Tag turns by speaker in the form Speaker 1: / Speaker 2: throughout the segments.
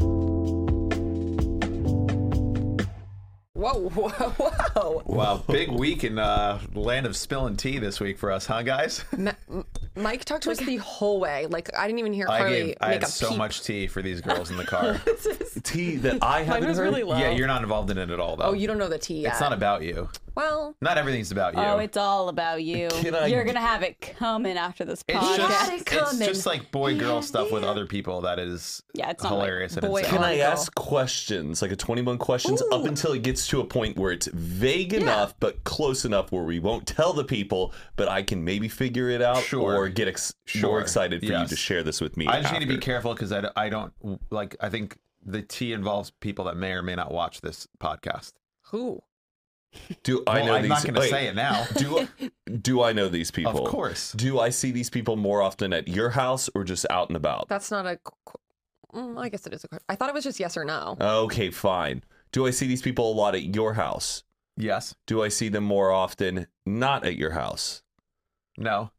Speaker 1: Whoa, whoa, whoa.
Speaker 2: Wow, big week in uh, land of spilling tea this week for us, huh, guys?
Speaker 1: Ma- M- Mike talked to us the whole way. Like I didn't even hear
Speaker 2: I
Speaker 1: Carly
Speaker 2: gave
Speaker 1: make
Speaker 2: I
Speaker 1: a
Speaker 2: had so
Speaker 1: peep.
Speaker 2: much tea for these girls in the car.
Speaker 3: Tea that I haven't
Speaker 1: Mine was
Speaker 3: heard.
Speaker 1: really low.
Speaker 2: yeah, you're not involved in it at all, though.
Speaker 1: Oh, you don't know the tea yet.
Speaker 2: It's not about you.
Speaker 1: well.
Speaker 2: Not everything's about you.
Speaker 4: Oh, it's all about you.
Speaker 3: Can I-
Speaker 4: You're gonna have it coming after this
Speaker 2: It's
Speaker 4: podcast.
Speaker 2: just,
Speaker 1: it
Speaker 2: it's
Speaker 1: coming.
Speaker 2: just like boy girl stuff with other people that is
Speaker 4: Yeah, it's not like
Speaker 2: hilarious. and
Speaker 1: boy-
Speaker 2: insane.
Speaker 3: Can I
Speaker 1: Michael.
Speaker 3: ask questions, like a 21 questions, up until it gets to a point where it's vague enough, but close enough where we won't tell the people, but I can maybe figure it out
Speaker 2: Sure.
Speaker 3: or get ex-
Speaker 2: Sure.
Speaker 3: more excited for you
Speaker 2: Yes.
Speaker 3: to share this with me.
Speaker 2: I just need to be
Speaker 3: after.
Speaker 2: careful because I, d- I don't like. I think the tea involves people that may or may not watch this podcast.
Speaker 1: Who?
Speaker 3: Do I
Speaker 2: Well,
Speaker 3: know
Speaker 2: I'm
Speaker 3: these?
Speaker 2: not going to
Speaker 3: wait,
Speaker 2: say it now.
Speaker 3: Do do I know these people?
Speaker 2: Of course.
Speaker 3: Do I see these people more often at your house or just out and about?
Speaker 1: That's not a. qu- qu- Mm, I guess it is a question. I thought it was just yes or no.
Speaker 2: Uh,
Speaker 3: Okay, fine. Do I see these people a lot at your house?
Speaker 2: Yes.
Speaker 3: Do I see them more often not at your house?
Speaker 2: No.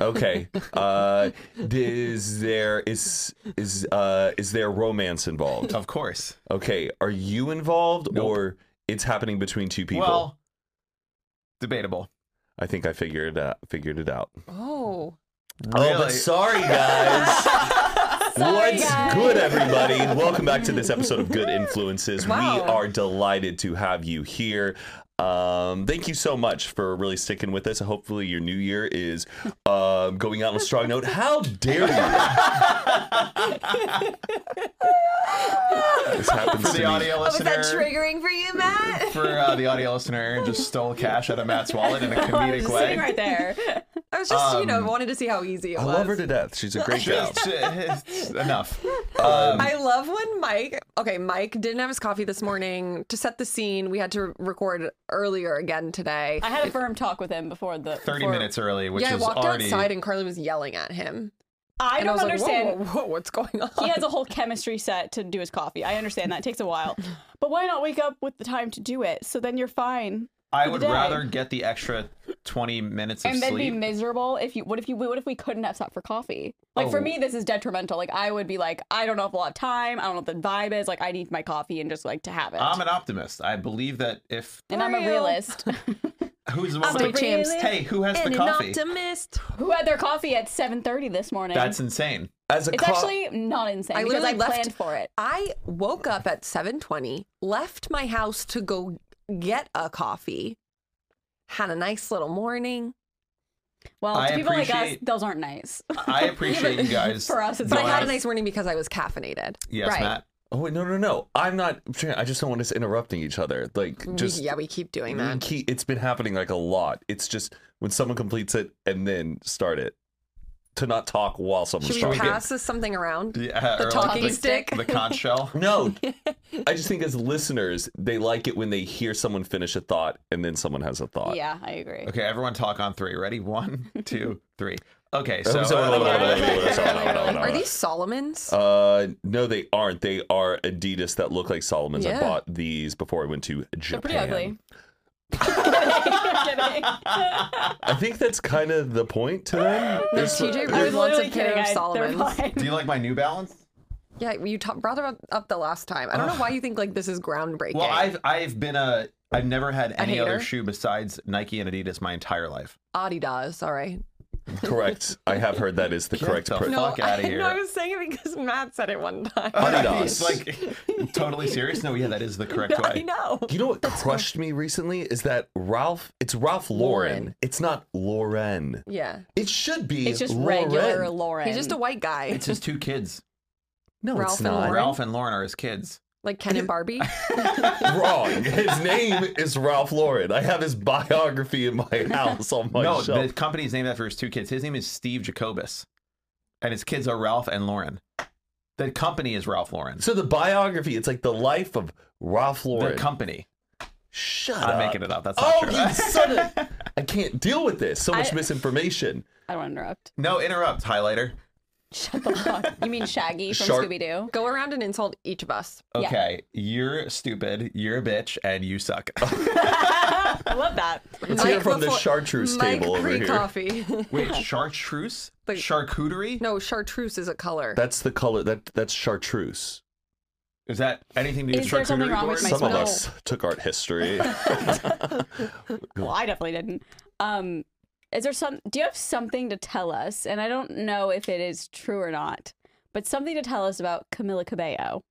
Speaker 3: Okay. Uh, is there is is uh, is there romance involved?
Speaker 2: Of course.
Speaker 3: Okay. Are you involved
Speaker 2: Nope.
Speaker 3: or it's happening between two people?
Speaker 2: Well, debatable.
Speaker 3: I think I figured it out, figured it out.
Speaker 1: Oh.
Speaker 3: Oh,
Speaker 2: Really?
Speaker 3: but sorry guys.
Speaker 4: Sorry,
Speaker 3: What's
Speaker 4: guys.
Speaker 3: good, everybody? Welcome back to this episode of Good Influences. We
Speaker 1: Wow.
Speaker 3: are delighted to have you here. Um, thank you so much for really sticking with us. Hopefully, your new year is um, going out on a strong note. How dare you? this happens
Speaker 2: For
Speaker 3: to
Speaker 2: the
Speaker 4: Oh,
Speaker 3: me.
Speaker 2: audio listener.
Speaker 4: triggering for you, Matt?
Speaker 2: for uh, the audio listener, just stole cash out of Matt's wallet in a comedic
Speaker 4: Just
Speaker 2: way.
Speaker 4: sitting right there.
Speaker 1: I was just, you
Speaker 2: Um,
Speaker 1: know, wanted to see how easy it
Speaker 3: I
Speaker 1: was.
Speaker 3: love her to death. She's a great gal.
Speaker 2: Just, uh, enough. um,
Speaker 1: I love when Mike. Okay, Mike didn't have his coffee this morning. To set the scene, we had to record earlier again today.
Speaker 4: I had a firm talk with him before the
Speaker 2: Thirty
Speaker 4: before-
Speaker 2: minutes early, which
Speaker 1: yeah, I
Speaker 2: is
Speaker 1: walked
Speaker 2: already.
Speaker 1: outside and Carly was yelling at him.
Speaker 4: I
Speaker 1: And
Speaker 4: don't
Speaker 1: was like,
Speaker 4: understand.
Speaker 1: Whoa, whoa, whoa, what's going on?
Speaker 4: He has a whole chemistry set to do his coffee. I understand that takes a while, but why not wake up with the time to do it? So then you're fine.
Speaker 2: I
Speaker 4: for the
Speaker 2: would
Speaker 4: day.
Speaker 2: rather get the extra twenty minutes of
Speaker 4: and then be
Speaker 2: sleep.
Speaker 4: miserable if you what if you what if we couldn't have stopped for coffee like for
Speaker 2: Oh.
Speaker 4: me this is detrimental like i would be like i don't know if i'll have time i don't know what the vibe is like i need my coffee and just like to have it
Speaker 2: I'm an optimist. I believe that if
Speaker 4: and i'm a
Speaker 1: Real.
Speaker 4: realist
Speaker 2: who's the one
Speaker 1: Stay
Speaker 2: with the
Speaker 1: champs.
Speaker 2: hey, who has the
Speaker 1: an
Speaker 2: coffee?
Speaker 1: optimist.
Speaker 4: who had their coffee at 7.30 this morning
Speaker 2: That's insane.
Speaker 3: As a
Speaker 4: it's
Speaker 3: co-
Speaker 4: actually not insane
Speaker 1: I
Speaker 4: because
Speaker 1: literally
Speaker 4: i
Speaker 1: left-
Speaker 4: planned for it
Speaker 1: I woke up at 7:20, left my house to go get a coffee. Had a nice little morning.
Speaker 4: well
Speaker 2: I
Speaker 4: to people like us
Speaker 2: appreciate-
Speaker 4: those aren't nice
Speaker 2: I appreciate you guys.
Speaker 4: for us it's
Speaker 1: But I
Speaker 4: not
Speaker 1: had a
Speaker 4: nice
Speaker 1: nice morning because I was caffeinated.
Speaker 2: Yes,
Speaker 4: Right.
Speaker 2: Matt.
Speaker 3: Oh wait, no, no, no. I'm not. I just don't want us interrupting each other. Like,
Speaker 1: We-
Speaker 3: just
Speaker 1: yeah, we keep doing
Speaker 3: We
Speaker 2: Mm,
Speaker 1: that.
Speaker 3: keep- it's been happening like a lot. It's just when someone completes it and then start it to not talk while someone's
Speaker 1: Should we
Speaker 3: talking.
Speaker 1: pass this something around?
Speaker 2: Yeah,
Speaker 1: The
Speaker 2: or
Speaker 1: talking
Speaker 2: like
Speaker 1: stick.
Speaker 2: the, the conch shell.
Speaker 3: No, I just think as listeners, they like it when they hear someone finish a thought and then someone has a thought.
Speaker 4: yeah i agree
Speaker 2: Okay, everyone, talk on three. Ready? One, two, three. Okay,
Speaker 3: So,
Speaker 2: so
Speaker 1: Are these Solomons?
Speaker 3: Uh, no, they aren't. They are Adidas that look like Solomon's.
Speaker 1: Yeah.
Speaker 3: I bought these before I went to
Speaker 4: they're
Speaker 3: Japan.
Speaker 4: pretty ugly I'm kidding.
Speaker 3: I think that's kind of the point to them. There's-
Speaker 1: TJ
Speaker 4: I
Speaker 1: Rude wants
Speaker 4: was
Speaker 1: a
Speaker 4: literally
Speaker 1: pair
Speaker 4: kidding.
Speaker 1: of
Speaker 4: I, they're
Speaker 1: Solomons.
Speaker 4: fine.
Speaker 2: do you like my New Balance?
Speaker 1: Yeah, you ta- brought them up- up the last time. I don't know why you think like this is groundbreaking.
Speaker 2: Well, I've I've been a I've never had any other
Speaker 1: hater?
Speaker 2: shoe besides Nike and Adidas my entire life.
Speaker 1: Adidas, all right.
Speaker 3: correct. I have heard that is the correct.
Speaker 2: the
Speaker 3: pro-
Speaker 2: No, Fuck outta
Speaker 1: I-
Speaker 2: here.
Speaker 1: No, I was saying it because Matt said it one time.
Speaker 3: Adidas.
Speaker 2: like totally serious. No, yeah, that is the correct
Speaker 1: I
Speaker 2: way.
Speaker 1: know.
Speaker 3: You know what crushed me recently is that Ralph. It's Ralph Lauren.
Speaker 1: Lauren.
Speaker 3: It's not Lauren.
Speaker 1: Yeah.
Speaker 3: It should be.
Speaker 4: it's just
Speaker 3: Lauren.
Speaker 4: regular lauren
Speaker 1: He's just a white guy,
Speaker 2: It's his two kids.
Speaker 3: No,
Speaker 1: Ralph
Speaker 3: it's
Speaker 1: and
Speaker 3: not.
Speaker 1: Lauren?
Speaker 2: Ralph and Lauren are his kids.
Speaker 1: like Ken and Barbie.
Speaker 3: Wrong. His name is Ralph Lauren. I have his biography in my house on my
Speaker 2: no,
Speaker 3: shelf.
Speaker 2: the company's named after his two kids. His name is Steve Jacobus, and his kids are Ralph and Lauren. The company is Ralph Lauren.
Speaker 3: so the biography, it's like the life of Ralph
Speaker 2: The
Speaker 3: Lauren.
Speaker 2: company.
Speaker 3: Shut
Speaker 2: I'm
Speaker 3: up.
Speaker 2: making it up. That's not
Speaker 3: Oh,
Speaker 2: true.
Speaker 3: you son of- I can't deal with this. So much
Speaker 4: I-
Speaker 3: misinformation.
Speaker 4: I don't want to interrupt.
Speaker 2: no, interrupt. Highlighter.
Speaker 4: Shut the fuck. You mean Shaggy from
Speaker 3: Shark-
Speaker 4: Scooby Doo?
Speaker 1: Go around and insult each of us.
Speaker 4: Yeah.
Speaker 2: Okay, you're stupid. You're a bitch, and you suck.
Speaker 4: I love that.
Speaker 3: Let's hear from the chartreuse
Speaker 1: Mike
Speaker 3: table over here.
Speaker 1: pre-coffee.
Speaker 2: Wait, chartreuse?
Speaker 1: Like-
Speaker 2: Charcuterie?
Speaker 1: no, chartreuse is a color.
Speaker 3: That's the color. That That's chartreuse.
Speaker 2: Is that anything to do with
Speaker 4: Is there something
Speaker 2: charcuterie
Speaker 4: wrong
Speaker 2: board?
Speaker 4: with my
Speaker 3: Some of
Speaker 4: smell?
Speaker 3: us took art history.
Speaker 4: Well, I definitely didn't. Um, is there some? Do you have something to tell us? And I don't know if it is true or not, but something to tell us about Camila Cabello.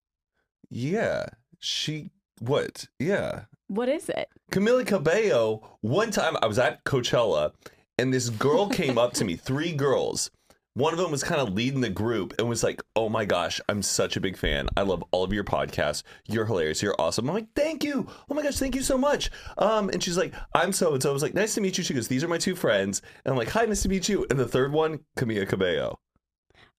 Speaker 3: yeah, she what? Yeah,
Speaker 4: What is it?
Speaker 3: Camila Cabello, one time I was at Coachella and this girl came up to me, three girls. One of them was kind of leading the group and was like, Oh my gosh, I'm such a big fan. I love all of your podcasts. You're hilarious. You're awesome. I'm like, Thank you. Oh my gosh, thank you so much. Um, and she's like, I'm so and so. I was like, Nice to meet you. She goes, These are my two friends. And I'm like, Hi, nice to meet you. And the third one, Camila Cabello.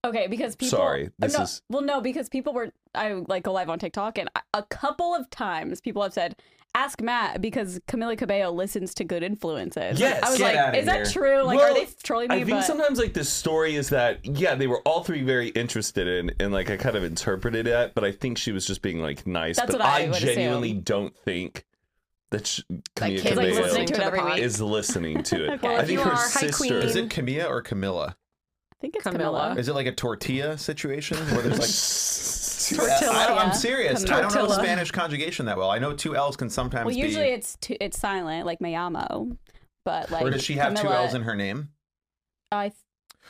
Speaker 4: Okay, because people. Oh,
Speaker 3: Sorry, this
Speaker 4: no,
Speaker 3: is-
Speaker 4: Well, no, because people were. I like go live on TikTok, and I- a couple of times people have said, "Ask Matt," because Camila Cabello listens to good influences.
Speaker 3: Yes,
Speaker 4: I was
Speaker 2: get
Speaker 4: like,
Speaker 2: outta
Speaker 4: "Is that
Speaker 2: here."
Speaker 4: true? Like,
Speaker 3: Well,
Speaker 4: are they trolling me?"
Speaker 3: I think
Speaker 4: but
Speaker 3: sometimes like the story is that yeah, they were all three very interested in, and like I kind of interpreted it, but I think she was just being like nice.
Speaker 4: That's
Speaker 3: but
Speaker 4: what I would assume.
Speaker 3: genuinely don't think that she,
Speaker 1: Like
Speaker 3: Camila
Speaker 1: kids
Speaker 4: like,
Speaker 3: Cabello
Speaker 4: listening to it
Speaker 1: the
Speaker 4: every
Speaker 1: pod.
Speaker 4: week.
Speaker 3: is listening to it.
Speaker 4: Okay. Well,
Speaker 3: I
Speaker 4: if
Speaker 3: think
Speaker 1: you
Speaker 3: her
Speaker 1: are, hi,
Speaker 3: sister.
Speaker 1: queen.
Speaker 2: Is it Camilla or Camilla?
Speaker 4: I think it's
Speaker 1: Camila.
Speaker 4: Camila.
Speaker 2: Is it like a tortilla situation where there's like
Speaker 4: Tortilla.
Speaker 2: I don't, I'm serious. I don't know the
Speaker 4: Tortilla.
Speaker 2: Spanish conjugation that well. I know two L's can sometimes
Speaker 4: Well,
Speaker 2: be.
Speaker 4: usually it's t- it's silent, like Mayamo, but like.
Speaker 2: or does she have two
Speaker 4: Camila-
Speaker 2: L's in her name?
Speaker 4: I th-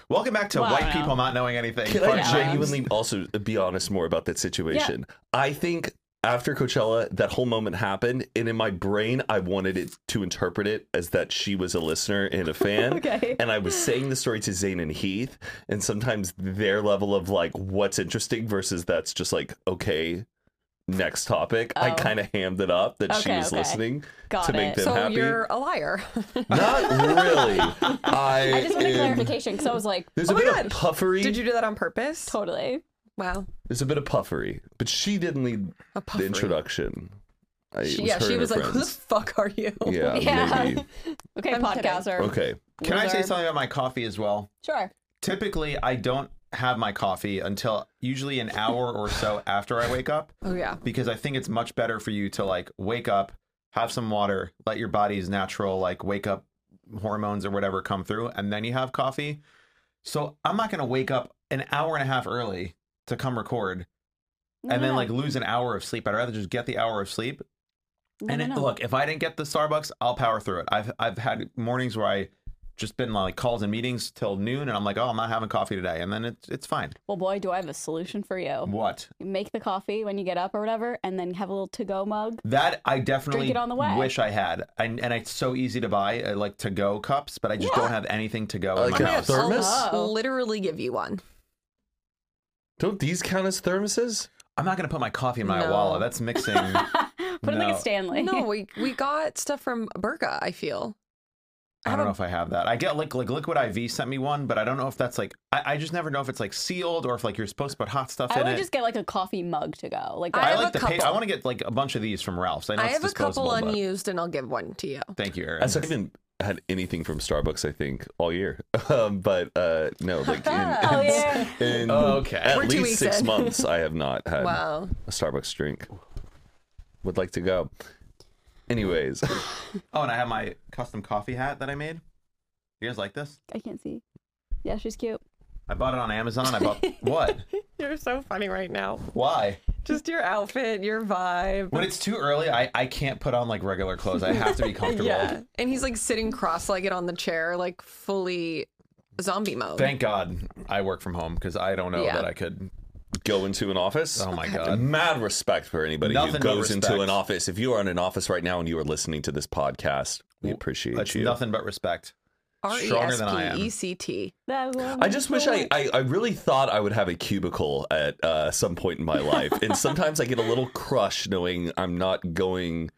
Speaker 2: Welcome back to
Speaker 4: Well, I
Speaker 2: white
Speaker 4: don't know.
Speaker 2: people not knowing anything.
Speaker 3: Can
Speaker 2: Fun
Speaker 3: I
Speaker 4: Yeah.
Speaker 2: fact.
Speaker 3: genuinely also uh, be honest more about that situation? I think after Coachella, that whole moment happened, and in my brain, I wanted it to interpret it as that she was a listener and a fan.
Speaker 4: Okay.
Speaker 3: And I was saying the story to Zayn and Heath, and sometimes their level of like what's interesting versus that's just like okay. Next topic. I
Speaker 4: Oh.
Speaker 3: kind of hammed it up that she
Speaker 4: Okay,
Speaker 3: was
Speaker 4: okay.
Speaker 3: listening
Speaker 4: Got
Speaker 3: to make
Speaker 4: it.
Speaker 3: them
Speaker 1: So
Speaker 3: happy.
Speaker 1: you're a liar.
Speaker 3: Not really. I,
Speaker 4: I just wanted
Speaker 3: am-
Speaker 4: clarification because I was like,
Speaker 3: There's a
Speaker 1: Oh my
Speaker 3: bit
Speaker 1: God.
Speaker 3: of puffery.
Speaker 1: Did you do that on purpose?
Speaker 4: totally.
Speaker 1: Wow.
Speaker 3: There's a bit of puffery, but she didn't lead
Speaker 1: A
Speaker 3: the
Speaker 1: puffery.
Speaker 3: introduction. I, it
Speaker 1: She-
Speaker 3: was
Speaker 1: yeah,
Speaker 3: her
Speaker 1: she
Speaker 3: and
Speaker 1: was
Speaker 3: her
Speaker 1: like, "Who the
Speaker 3: friends.
Speaker 1: fuck are you?"
Speaker 3: yeah,
Speaker 4: Yeah.
Speaker 3: maybe.
Speaker 4: Okay,
Speaker 1: I'm kidding.
Speaker 4: podcaster.
Speaker 3: Okay.
Speaker 2: Uh, Can I say
Speaker 4: Wizard.
Speaker 2: something about my coffee as well?
Speaker 4: Sure.
Speaker 2: Typically, I don't have my coffee until usually an hour or so after I wake up
Speaker 1: Oh yeah.
Speaker 2: because I think it's much better for you to like wake up, have some water, let your body's natural like wake up hormones or whatever come through, and then you have coffee. So I'm not gonna wake up an hour and a half early to come record
Speaker 4: No,
Speaker 2: and
Speaker 4: no,
Speaker 2: then
Speaker 4: no.
Speaker 2: like lose an hour of sleep. I'd rather just get the hour of sleep.
Speaker 4: No,
Speaker 2: and
Speaker 4: no,
Speaker 2: it,
Speaker 4: no.
Speaker 2: look, if I didn't get the Starbucks, I'll power through it. I've I've had mornings where I just been like calls and meetings till noon, and I'm like, oh, I'm not having coffee today, and then it's it's fine.
Speaker 4: Well, boy, do I have a solution for you.
Speaker 2: What
Speaker 4: Make the coffee when you get up or whatever, and then have a little to-go mug.
Speaker 2: that I definitely
Speaker 4: it on the way.
Speaker 2: wish I had, and and it's so easy to buy uh, like to go cups, but I just don't have anything to go in
Speaker 3: Like
Speaker 2: my
Speaker 3: a
Speaker 2: house.
Speaker 3: third- Thermos?
Speaker 1: I'll literally give you one.
Speaker 3: Don't these count as thermoses?
Speaker 2: I'm not gonna put my coffee in my
Speaker 1: No.
Speaker 2: Awala. That's mixing.
Speaker 4: Put it like
Speaker 2: No.
Speaker 4: a Stanley.
Speaker 1: No, we we got stuff from Burka. I feel.
Speaker 2: I
Speaker 1: have
Speaker 2: don't
Speaker 1: a-
Speaker 2: know if I have that. I get like like Liquid IV sent me one, but I don't know if that's like I, I just never know if it's like sealed or if like you're supposed to put hot stuff
Speaker 4: I
Speaker 2: in
Speaker 4: would
Speaker 2: it.
Speaker 4: just get like a coffee mug to go. Like
Speaker 1: I
Speaker 2: I,
Speaker 1: have
Speaker 2: like
Speaker 1: a
Speaker 2: the pa-
Speaker 1: couple.
Speaker 2: I want to get like a bunch of these from Ralph's. I know
Speaker 1: I
Speaker 2: it's
Speaker 1: have a
Speaker 2: disposable,
Speaker 1: couple
Speaker 2: but-
Speaker 1: unused, and I'll give one to you.
Speaker 2: Thank you, Aaron.
Speaker 3: I haven't even had anything from Starbucks, I think, all year. Um, but uh, no, like in,
Speaker 4: Oh, yeah.
Speaker 3: in, in
Speaker 2: Okay.
Speaker 3: at
Speaker 1: We're two
Speaker 3: least
Speaker 1: weeks
Speaker 3: six
Speaker 1: in.
Speaker 3: months, I have not had
Speaker 1: Wow.
Speaker 3: a Starbucks drink. Would like to go. Anyways,
Speaker 2: Oh, and I have my custom coffee hat that I made. You guys like this?
Speaker 4: I can't see. Yeah, she's cute.
Speaker 2: I bought it on Amazon. I bought what?
Speaker 1: You're so funny right now.
Speaker 2: Why?
Speaker 1: Just your outfit, your vibe.
Speaker 2: When it's too early, I, I can't put on like regular clothes. I have to be comfortable.
Speaker 1: Yeah. And he's like sitting cross-legged on the chair, like fully zombie mode.
Speaker 2: Thank God I work from home because I don't know
Speaker 1: Yeah.
Speaker 2: that I could.
Speaker 3: go into an office.
Speaker 2: Oh my God.
Speaker 3: Mad respect for anybody who
Speaker 2: Nothing but
Speaker 3: goes into
Speaker 2: respect.
Speaker 3: an office. If you are in an office right now and you are listening to this podcast, we appreciate
Speaker 2: It's
Speaker 3: you.
Speaker 2: nothing but respect.
Speaker 1: R E
Speaker 2: Stronger
Speaker 1: S
Speaker 2: than I am.
Speaker 1: P E C T.
Speaker 4: That was-
Speaker 3: I just wish I, I, I really thought I would have a cubicle at uh, some point in my life. And sometimes I get a little crushed knowing I'm not going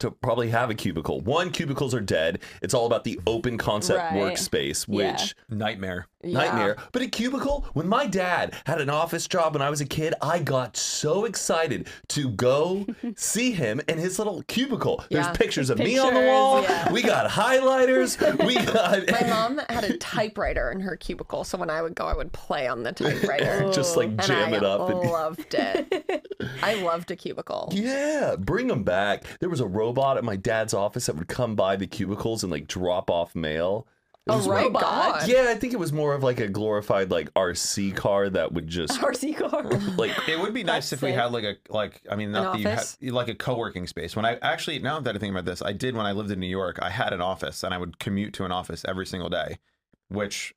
Speaker 3: to probably have a cubicle. One, cubicles are dead. It's all about the open concept
Speaker 4: Right.
Speaker 3: workspace, which
Speaker 4: Yeah.
Speaker 2: Nightmare.
Speaker 3: nightmare. But a cubicle, when my dad had an office job when I was a kid, I got so excited to go see him in his little cubicle.
Speaker 1: Yeah.
Speaker 3: There's pictures of me on the
Speaker 4: Pictures,
Speaker 3: wall.
Speaker 4: yeah.
Speaker 3: We got highlighters. we got
Speaker 1: My mom had a typewriter in her cubicle, so when I would go, I would play on the typewriter.
Speaker 3: just like
Speaker 1: and
Speaker 3: jam
Speaker 1: I
Speaker 3: it up and
Speaker 1: loved it. I loved a cubicle.
Speaker 3: Yeah, bring them back. There was a robot at my dad's office that would come by the cubicles and like drop off mail. It was
Speaker 1: A
Speaker 3: like-
Speaker 1: robot. God.
Speaker 3: yeah, I think it was more of like a glorified like RC car that would just
Speaker 4: RC car.
Speaker 3: like
Speaker 2: It would be nice if
Speaker 4: That's
Speaker 2: we
Speaker 4: it.
Speaker 2: had like a like I mean not
Speaker 1: An
Speaker 2: that you
Speaker 1: office?
Speaker 2: had like a co-working space. When I actually now that I think about this, I did when I lived in New York. I had an office and I would commute to an office every single day, which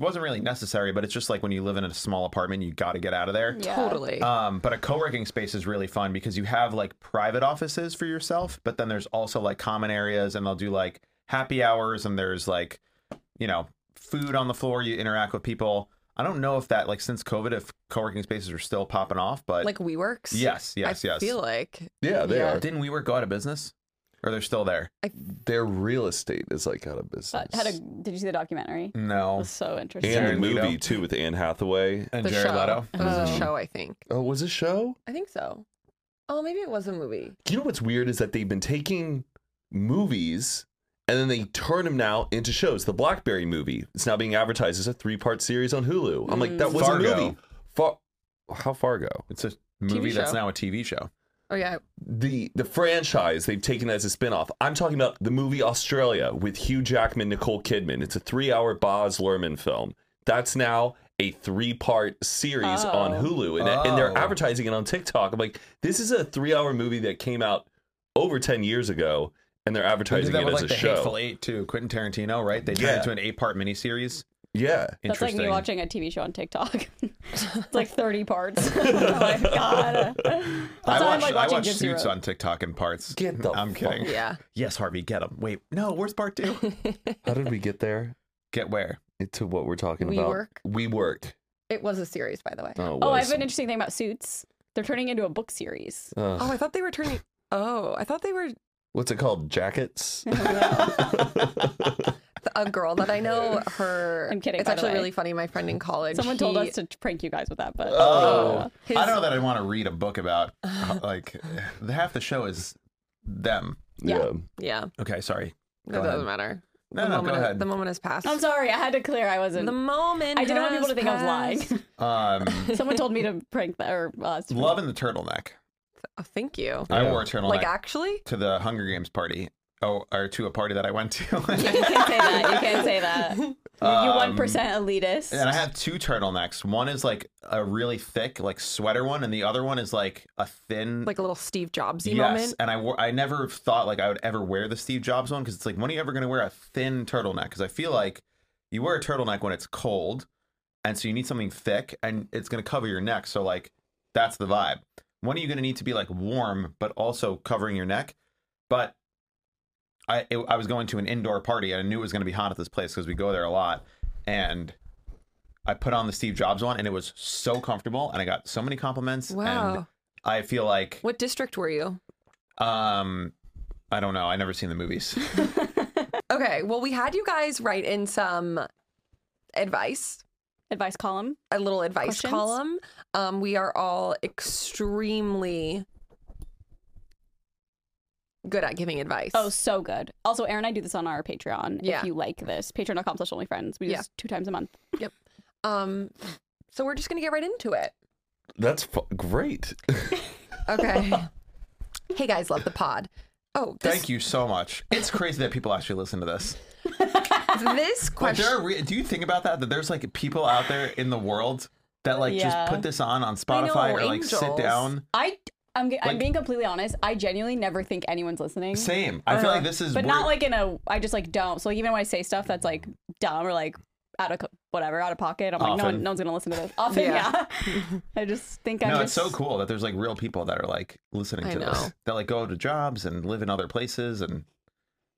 Speaker 2: wasn't really necessary, but it's just like when you live in a small apartment, you got to get out of there.
Speaker 4: Yeah.
Speaker 1: Totally.
Speaker 2: Um, but a co-working space is really fun because you have like private offices for yourself, but then there's also like common areas, and they'll do like happy hours, and there's like, you know, food on the floor. You interact with people. I don't know if that like since COVID, if co-working spaces are still popping off, but
Speaker 1: like WeWorks.
Speaker 2: yes, yes,
Speaker 1: I
Speaker 2: yes.
Speaker 1: feel like
Speaker 3: yeah, they
Speaker 4: Yeah.
Speaker 3: are.
Speaker 2: Didn't WeWork go out of business, or they're still there?
Speaker 3: Their real estate is like out of business.
Speaker 4: But Uh, had a, did you see the documentary?
Speaker 2: No.
Speaker 4: It was so interesting.
Speaker 3: and the
Speaker 2: Jared Leto.
Speaker 3: movie too with Anne Hathaway.
Speaker 2: And
Speaker 1: the
Speaker 2: Jared
Speaker 1: show.
Speaker 2: Leto.
Speaker 1: It was
Speaker 4: Oh.
Speaker 1: a show, I think.
Speaker 3: Oh, was it a show?
Speaker 1: I think so. Oh, maybe it was a movie.
Speaker 3: You know what's weird is that they've been taking movies and then they turn them now into shows. The Blackberry movie. It's now being advertised as a three-part series on Hulu. I'm like, that was not a
Speaker 2: Fargo.
Speaker 3: movie. Far- How Fargo?
Speaker 2: It's a movie that's
Speaker 1: show.
Speaker 2: now a TV show.
Speaker 1: Oh yeah,
Speaker 3: the the franchise they've taken as a spin-off. I'm talking about the movie Australia with Hugh Jackman, Nicole Kidman. It's a three-hour Boz Luhrmann film. That's now a three-part series
Speaker 4: Oh.
Speaker 3: on Hulu, and, and they're
Speaker 2: Oh.
Speaker 3: advertising it on TikTok. I'm like, this is a three-hour movie that came out over ten years ago, and they're
Speaker 2: They did
Speaker 3: advertising
Speaker 2: that
Speaker 3: it
Speaker 2: with
Speaker 3: as
Speaker 2: like the
Speaker 3: a show.
Speaker 2: Hateful Eight too. Quentin Tarantino, right? They turned
Speaker 3: Yeah.
Speaker 2: it into an eight-part miniseries.
Speaker 3: Yeah,
Speaker 4: That's like
Speaker 2: Interesting.
Speaker 4: me watching a TV show on TikTok. it's like 30 parts. oh my god. That's
Speaker 2: I
Speaker 4: not
Speaker 2: watched,
Speaker 4: like
Speaker 2: I
Speaker 4: watching
Speaker 2: watched
Speaker 4: Gypsy
Speaker 2: Suits
Speaker 4: Road.
Speaker 2: on TikTok in parts.
Speaker 3: Get the
Speaker 2: I'm
Speaker 3: fuck-
Speaker 2: kidding.
Speaker 1: yeah.
Speaker 2: Yes, Harvey, get him. Wait, no, where's part two?
Speaker 3: how did we get there?
Speaker 2: get where?
Speaker 3: To what we're talking
Speaker 1: We
Speaker 3: about?
Speaker 1: work.
Speaker 3: We work.
Speaker 1: It was a series, by the way.
Speaker 3: Oh,
Speaker 4: Oh, I have an interesting thing about Suits. They're turning into a book series.
Speaker 1: Oh, I thought they were turning. Oh, I thought they were
Speaker 3: what's it called? Jackets.
Speaker 1: a girl that I know. Her.
Speaker 4: I'm kidding,
Speaker 1: It's
Speaker 4: by the
Speaker 1: actually
Speaker 4: way.
Speaker 1: really funny. My friend in college.
Speaker 4: Someone told
Speaker 1: he-
Speaker 4: us to prank you guys with that, but uh,
Speaker 3: Oh.
Speaker 1: his-
Speaker 2: I don't know that I want to read a book about uh, like half the show is them.
Speaker 4: Yeah.
Speaker 1: Yeah,
Speaker 2: Okay, sorry.
Speaker 1: that
Speaker 2: Go ahead.
Speaker 1: doesn't matter.
Speaker 2: No,
Speaker 1: the
Speaker 2: no,
Speaker 1: moment
Speaker 2: go ahead.
Speaker 1: The moment has passed.
Speaker 4: I'm sorry, I had to clear I wasn't.
Speaker 1: The moment.
Speaker 4: I didn't want people to think I was
Speaker 1: lying.
Speaker 2: Um,
Speaker 4: lying. Someone told me to prank that or uh, us.
Speaker 2: love and the turtleneck.
Speaker 1: Oh, thank you.
Speaker 2: I
Speaker 3: Yeah.
Speaker 2: wore a turtleneck
Speaker 1: Like actually,
Speaker 2: to the Hunger Games party. Oh, or to a party that I went
Speaker 4: You
Speaker 2: to.
Speaker 4: can't say that. You can't say that. you one percent elitist.
Speaker 2: Um, And I have two turtlenecks. One is like a really thick, like sweater one, and the other one is like a thin,
Speaker 1: like a little Steve Jobsy
Speaker 2: yes,
Speaker 1: moment.
Speaker 2: and I wore, I never thought like I would ever wear the Steve Jobs one because it's like when are you ever going to wear a thin turtleneck? Because I feel like you wear a turtleneck when it's cold, and so you need something thick and it's going to cover your neck. So like that's the vibe. When are you going to need to be like warm but also covering your neck? But I it, I was going to an indoor party and I knew it was going to be hot at this place because we go there a lot, and I put on the Steve Jobs one and it was so comfortable and I got so many compliments. And
Speaker 1: Wow.
Speaker 2: I feel like
Speaker 1: What district were you?
Speaker 2: um, I don't know. I never seen the movies.
Speaker 1: Okay. Well, we had you guys write in some advice
Speaker 4: Advice column.
Speaker 1: a little advice
Speaker 4: Questions?
Speaker 1: column. Um, we are all extremely good at giving advice.
Speaker 4: Oh, so good. Also, Aaron and I do this on our Patreon.
Speaker 1: Yeah.
Speaker 4: If you like this, patreon.com slash only friends. We do
Speaker 1: Yeah.
Speaker 4: this two times a month.
Speaker 1: um, so we're just gonna get right into it.
Speaker 3: That's fu- great.
Speaker 1: Okay. hey guys, love the pod. Oh, this,
Speaker 2: Thank you so much. It's crazy that people actually listen to this.
Speaker 1: This
Speaker 2: But
Speaker 1: question.
Speaker 2: there are re- do you think about that? That there's like people out there in the world that like
Speaker 4: Yeah.
Speaker 2: just put this on on Spotify
Speaker 1: know,
Speaker 2: or like sit
Speaker 1: angels.
Speaker 2: down.
Speaker 4: I, I'm, ge- I'm
Speaker 2: Like-
Speaker 4: being completely honest. I genuinely never think anyone's listening.
Speaker 2: Same. I feel like this is
Speaker 4: uh-huh. but
Speaker 2: where-
Speaker 4: not like in a, I just like don't. So like, even when I say stuff that's like dumb or like out of, co- whatever, out of pocket, I'm like, no,
Speaker 2: Often.
Speaker 4: one, no one's going to listen to this. Often, yeah.
Speaker 1: Yeah.
Speaker 4: I just think I'm
Speaker 2: no.
Speaker 4: just.
Speaker 2: It's so cool that there's like real people that are like listening
Speaker 1: I
Speaker 2: to
Speaker 1: know.
Speaker 2: this. That like go to jobs and live in other places and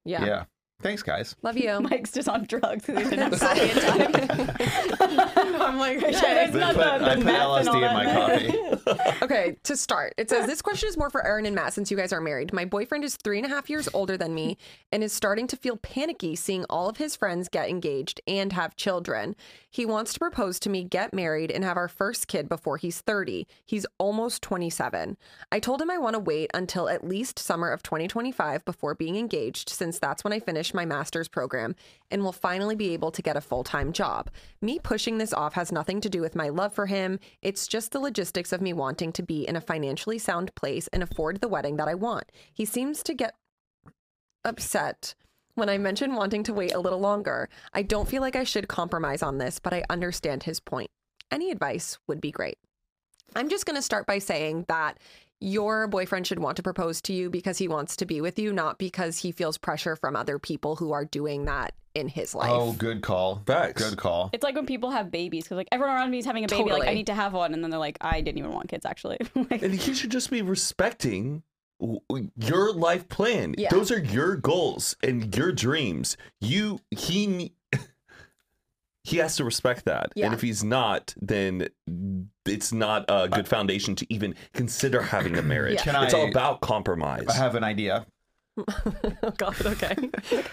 Speaker 1: yeah.
Speaker 2: yeah. Thanks guys.
Speaker 1: Love you.
Speaker 4: Mike's just on drugs because he didn't have
Speaker 1: Sorry.
Speaker 4: coffee in time.
Speaker 1: I'm like,
Speaker 4: It's
Speaker 2: They
Speaker 4: not
Speaker 2: put-
Speaker 4: the- the
Speaker 2: I put
Speaker 4: math and all
Speaker 2: LSD in
Speaker 4: that
Speaker 2: my
Speaker 4: matters.
Speaker 2: coffee.
Speaker 1: Okay, to start, it says this question is more for Aaron and Matt since you guys are married. My boyfriend is three and a half years older than me and is starting to feel panicky seeing all of his friends get engaged and have children. He wants to propose to me, get married, and have our first kid before he's 30. He's almost 27. I told him I want to wait until at least summer of 2025 before being engaged, since that's when I finish my master's program and will finally be able to get a full time job. Me pushing this off has nothing to do with my love for him. It's just the logistics of me wanting to be in a financially sound place and afford the wedding that I want. He seems to get upset when I mentioned wanting to wait a little longer. I don't feel like I should compromise on this, but I understand his point. Any advice would be great. I'm just going to start by saying that your boyfriend should want to propose to you because he wants to be with you, not because he feels pressure from other people who are doing that in his life.
Speaker 2: Oh, good call.
Speaker 3: Facts.
Speaker 2: Good call.
Speaker 4: It's like when people have babies because like everyone around me is having a baby. Like I
Speaker 1: Totally.
Speaker 4: need to have one, and then they're like, I didn't even want kids actually. like,
Speaker 3: And he should just be respecting w- w- your life plan.
Speaker 1: Yeah.
Speaker 3: Those are your goals and your dreams. You he ne- he has to respect that.
Speaker 1: Yeah.
Speaker 3: And if he's not, then it's not a good foundation to even consider having a marriage.
Speaker 2: Can
Speaker 3: It's
Speaker 2: I-
Speaker 3: all about compromise.
Speaker 2: I have an idea.
Speaker 1: Oh, God, okay.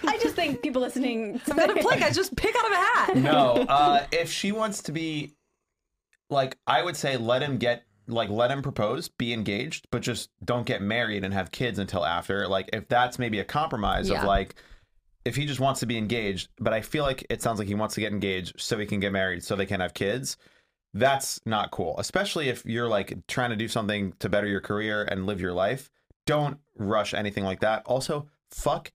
Speaker 4: I just think people listening.
Speaker 1: I'm going to play, guys. Just pick out of a hat.
Speaker 2: No, uh, if she wants to be, like, I would say let him get, like, let him propose, be engaged, but just don't get married and have kids until after. Like, if that's maybe a compromise
Speaker 1: Yeah.
Speaker 2: of, like, if he just wants to be engaged, but I feel like it sounds like he wants to get engaged so he can get married, so they can have kids. That's not cool, especially if you're like trying to do something to better your career and live your life. Don't rush anything like that. Also, fuck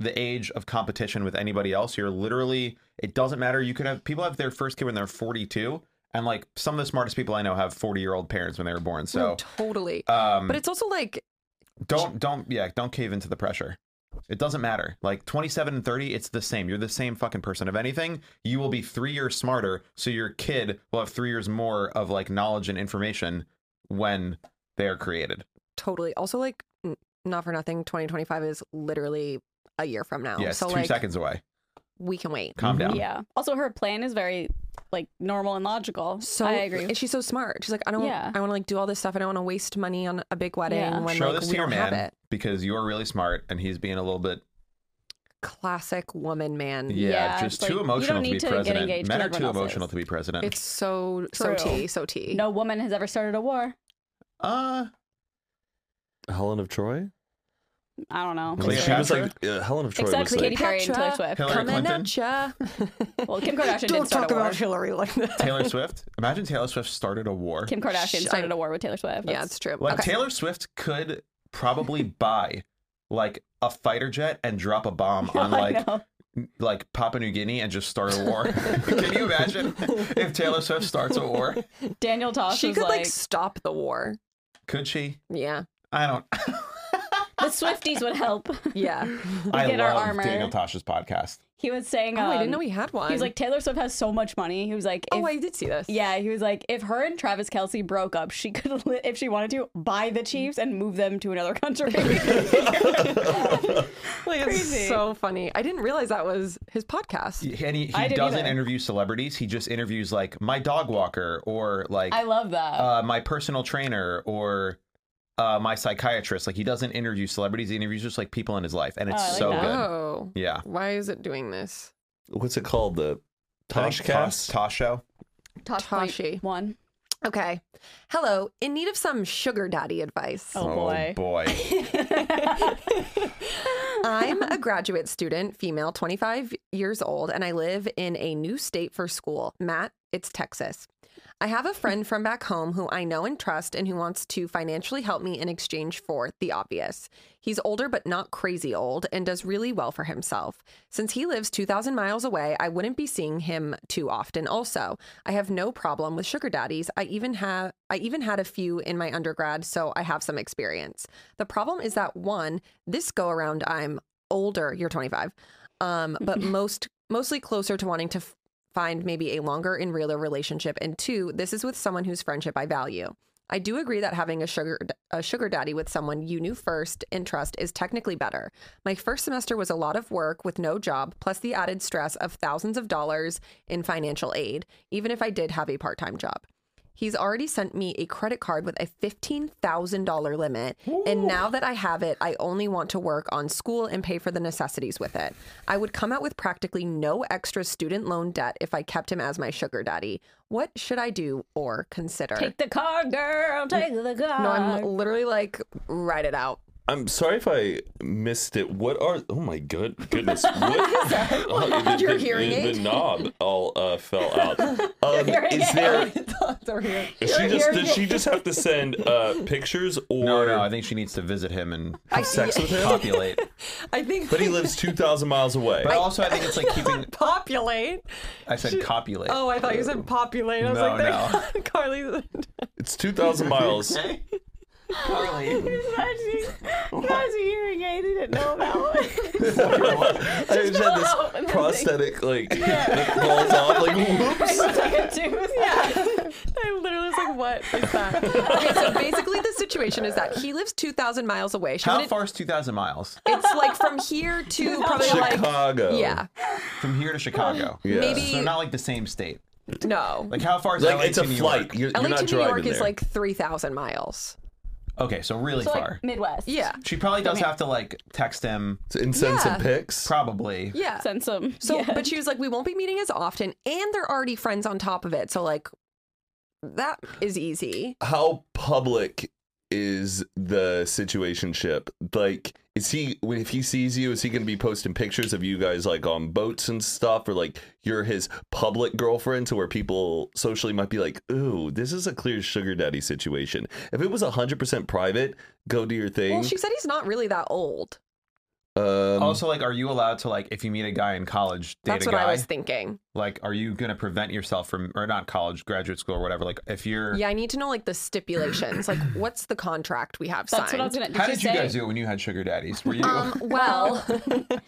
Speaker 2: the age of competition with anybody else. You're literally, it doesn't matter. You could have people have their first kid when they're 42, and like some of the smartest people I know have 40 year old parents when they were born.
Speaker 1: No,
Speaker 2: So,
Speaker 1: totally.
Speaker 2: um,
Speaker 1: But it's also like,
Speaker 2: don't don't yeah don't cave into the pressure it doesn't matter like 27 and 30 it's the same you're the same fucking person if anything you will be three years smarter so your kid will have three years more of like knowledge and information when they are created
Speaker 1: totally. Also, like, n- not for nothing, 2025 is literally a year from now.
Speaker 2: yes
Speaker 1: so,
Speaker 2: two
Speaker 1: like,
Speaker 2: seconds away
Speaker 1: we can wait.
Speaker 2: calm
Speaker 3: Mhm.
Speaker 2: down
Speaker 4: Oh, Yeah. Also, her plan is very like normal and logical.
Speaker 1: So
Speaker 4: I agree.
Speaker 1: And she's so smart. She's like, I don't.
Speaker 4: Yeah.
Speaker 1: I want to like do all this stuff. I don't want to waste money on a big wedding
Speaker 4: Yeah.
Speaker 1: when
Speaker 2: show
Speaker 1: like
Speaker 2: this
Speaker 1: we
Speaker 2: to your
Speaker 1: don't have
Speaker 2: man
Speaker 1: it.
Speaker 2: because you're really smart and he's being a little bit
Speaker 1: Classic woman man.
Speaker 2: yeah,
Speaker 4: Mm, Yeah, it's
Speaker 2: just
Speaker 4: like,
Speaker 2: too
Speaker 4: you
Speaker 2: emotional
Speaker 4: don't
Speaker 2: to be
Speaker 4: need to get
Speaker 2: president
Speaker 4: engaged
Speaker 2: men
Speaker 4: to
Speaker 2: are too
Speaker 4: everyone else's.
Speaker 2: emotional to be president
Speaker 1: It's so so
Speaker 4: True.
Speaker 1: tea so tea.
Speaker 4: no woman has ever started a war.
Speaker 2: uh
Speaker 3: Helen of Troy?
Speaker 4: I don't know.
Speaker 2: Clear.
Speaker 3: She was like uh, Helen of Troy
Speaker 4: Except
Speaker 3: was
Speaker 4: for
Speaker 3: like
Speaker 4: Katy Perry and Taylor
Speaker 1: Petra.
Speaker 4: Swift.
Speaker 2: Hillary
Speaker 1: coming
Speaker 2: Clinton
Speaker 1: at ya.
Speaker 4: Well, Kim Kardashian didn't
Speaker 1: don't
Speaker 4: start
Speaker 1: talk
Speaker 4: a war.
Speaker 1: about Hillary like that.
Speaker 2: Taylor Swift imagine Taylor Swift started a war
Speaker 4: Kim Kardashian
Speaker 1: Sh-
Speaker 4: started a war with Taylor Swift.
Speaker 1: yeah,
Speaker 4: That's-
Speaker 1: it's true.
Speaker 2: Like
Speaker 1: okay.
Speaker 2: Taylor Swift could probably buy like a fighter jet and drop a bomb on
Speaker 4: I
Speaker 2: like
Speaker 4: know.
Speaker 2: like Papua New Guinea and just start a war. Can you imagine if Taylor Swift starts a war?
Speaker 4: Daniel Tosh
Speaker 1: she
Speaker 4: was
Speaker 1: could like,
Speaker 4: like,
Speaker 1: stop the war.
Speaker 2: Could she?
Speaker 1: Yeah,
Speaker 2: I don't.
Speaker 4: the Swifties would help.
Speaker 1: yeah.
Speaker 2: I
Speaker 4: get our
Speaker 2: love
Speaker 4: armor.
Speaker 2: Daniel Tosh's podcast.
Speaker 4: He was saying,
Speaker 1: oh, I
Speaker 4: um,
Speaker 1: didn't know he had one.
Speaker 4: He was like, Taylor Swift has so much money. He was like, if,
Speaker 1: oh, I did see this.
Speaker 4: yeah, he was like, if her and Travis Kelsey broke up, she could, li- if she wanted to, buy the Chiefs and move them to another country.
Speaker 1: like,
Speaker 4: Crazy.
Speaker 1: It's so funny. I didn't realize that was his podcast.
Speaker 2: And he,
Speaker 4: I
Speaker 2: he
Speaker 4: didn't
Speaker 2: doesn't
Speaker 4: either.
Speaker 2: interview celebrities. He just interviews like my dog walker or like
Speaker 4: I love that.
Speaker 2: uh, my personal trainer or uh, my psychiatrist. Like he doesn't interview celebrities. He interviews just like people in his life, and it's
Speaker 4: Oh, I like
Speaker 2: so
Speaker 4: that.
Speaker 2: good.
Speaker 1: Oh,
Speaker 2: Yeah.
Speaker 1: why is it doing this?
Speaker 3: what's it called? The Tosh
Speaker 2: Tosh,
Speaker 3: cast?
Speaker 2: Tosh show.
Speaker 4: Tosh point
Speaker 1: Tashi.
Speaker 4: one.
Speaker 1: Okay. Hello. In need of some sugar daddy advice.
Speaker 4: Oh, boy.
Speaker 2: boy.
Speaker 1: I'm a graduate student, female, 25 years old, and I live in a new state for school. Matt, it's Texas. I have a friend from back home who I know and trust and who wants to financially help me in exchange for the obvious. He's older but not crazy old and does really well for himself. Since he lives 2,000 miles away, I wouldn't be seeing him too often also. I have no problem with sugar daddies. I even have I even had a few in my undergrad, so I have some experience. The problem is that one, this go around I'm older, you're 25. Um but most mostly closer to wanting to f- find maybe a longer and realer relationship and two this is with someone whose friendship i value i do agree that having a sugar a sugar daddy with someone you knew first and trust is technically better my first semester was a lot of work with no job plus the added stress of thousands of dollars in financial aid even if i did have a part-time job He's already sent me a credit card with a $15,000 limit. And now that I have it, I only want to work on school and pay for the necessities with it. I would come out with practically no extra student loan debt if I kept him as my sugar daddy. What should I do or consider?
Speaker 4: Take the car, girl. Take the car.
Speaker 1: no, I'm literally like, write it out.
Speaker 3: I'm sorry if I missed it. What are? Oh my good goodness! What? Oh,
Speaker 1: Your hearing
Speaker 3: the,
Speaker 1: aid?
Speaker 3: The knob all uh, fell out. Um,
Speaker 4: hearing
Speaker 3: is there?
Speaker 1: It's over here.
Speaker 3: Is she
Speaker 4: Your
Speaker 3: just
Speaker 4: hearing
Speaker 3: does she just have to send uh, pictures or
Speaker 2: No, no, I think she needs to visit him and
Speaker 1: I-
Speaker 3: sex with him?
Speaker 2: populate.
Speaker 1: I think
Speaker 3: But he lives two thousand miles away.
Speaker 2: But also, I think it's like keeping.
Speaker 1: populate.
Speaker 2: I said copulate.
Speaker 1: Oh, I thought you said populate. I was
Speaker 2: No,
Speaker 1: like,
Speaker 2: no.
Speaker 1: thank God, Carly.
Speaker 3: It's two thousand miles.
Speaker 2: Okay. Carly.
Speaker 4: That's a hearing aid. He didn't know about
Speaker 3: I just had this
Speaker 4: out and then
Speaker 3: prosthetic like falls off. Like whoops.
Speaker 4: Yeah.
Speaker 1: I literally was like, what is that? okay, so basically, the situation is that he lives 2,000 miles away. She
Speaker 2: How
Speaker 1: wouldn't-
Speaker 2: far is 2,000 miles
Speaker 1: It's like from here to probably like.
Speaker 3: Chicago.
Speaker 1: Yeah.
Speaker 2: from here to Chicago?
Speaker 3: Yeah.
Speaker 1: Maybe-
Speaker 2: So not like the same state.
Speaker 1: No.
Speaker 2: Like how far is
Speaker 3: Like
Speaker 2: LA
Speaker 3: it's
Speaker 2: to
Speaker 3: a
Speaker 2: New York?
Speaker 3: flight. You're,
Speaker 1: LA
Speaker 3: you're not
Speaker 1: to New
Speaker 3: driving
Speaker 1: York
Speaker 3: there.
Speaker 1: is like 3,000 miles.
Speaker 2: Okay, so really
Speaker 4: So
Speaker 2: far.
Speaker 4: like Midwest.
Speaker 1: Yeah.
Speaker 2: she probably does have to like text him,
Speaker 3: and send some
Speaker 1: Yeah.
Speaker 3: pics.
Speaker 2: probably.
Speaker 1: Yeah.
Speaker 4: Send some.
Speaker 1: So,
Speaker 4: yeah.
Speaker 1: but she was like, we won't be meeting as often, and they're already friends on top of it. So, like, that is easy.
Speaker 3: How public is the situation ship? Like, is he when if he sees you, is he going to be posting pictures of you guys like on boats and stuff, or like you're his public girlfriend to where people socially might be like, "Ooh, this is a clear sugar daddy situation." If it was hundred percent private, go do your thing.
Speaker 1: Well, she said he's not really that old.
Speaker 3: um,
Speaker 2: Also, like, are you allowed to like if you meet a guy in college, date
Speaker 1: That's
Speaker 2: a
Speaker 1: what
Speaker 2: guy?
Speaker 1: I was thinking.
Speaker 2: like, are you gonna prevent yourself from or not college, graduate school or whatever? Like if you're
Speaker 1: Yeah, I need to know like the stipulations. Like, what's the contract we have signed?
Speaker 4: that's what I was gonna. Did
Speaker 2: How
Speaker 4: she
Speaker 2: did you
Speaker 4: say-
Speaker 2: guys do it when you had sugar daddies? Were you
Speaker 1: Um, well,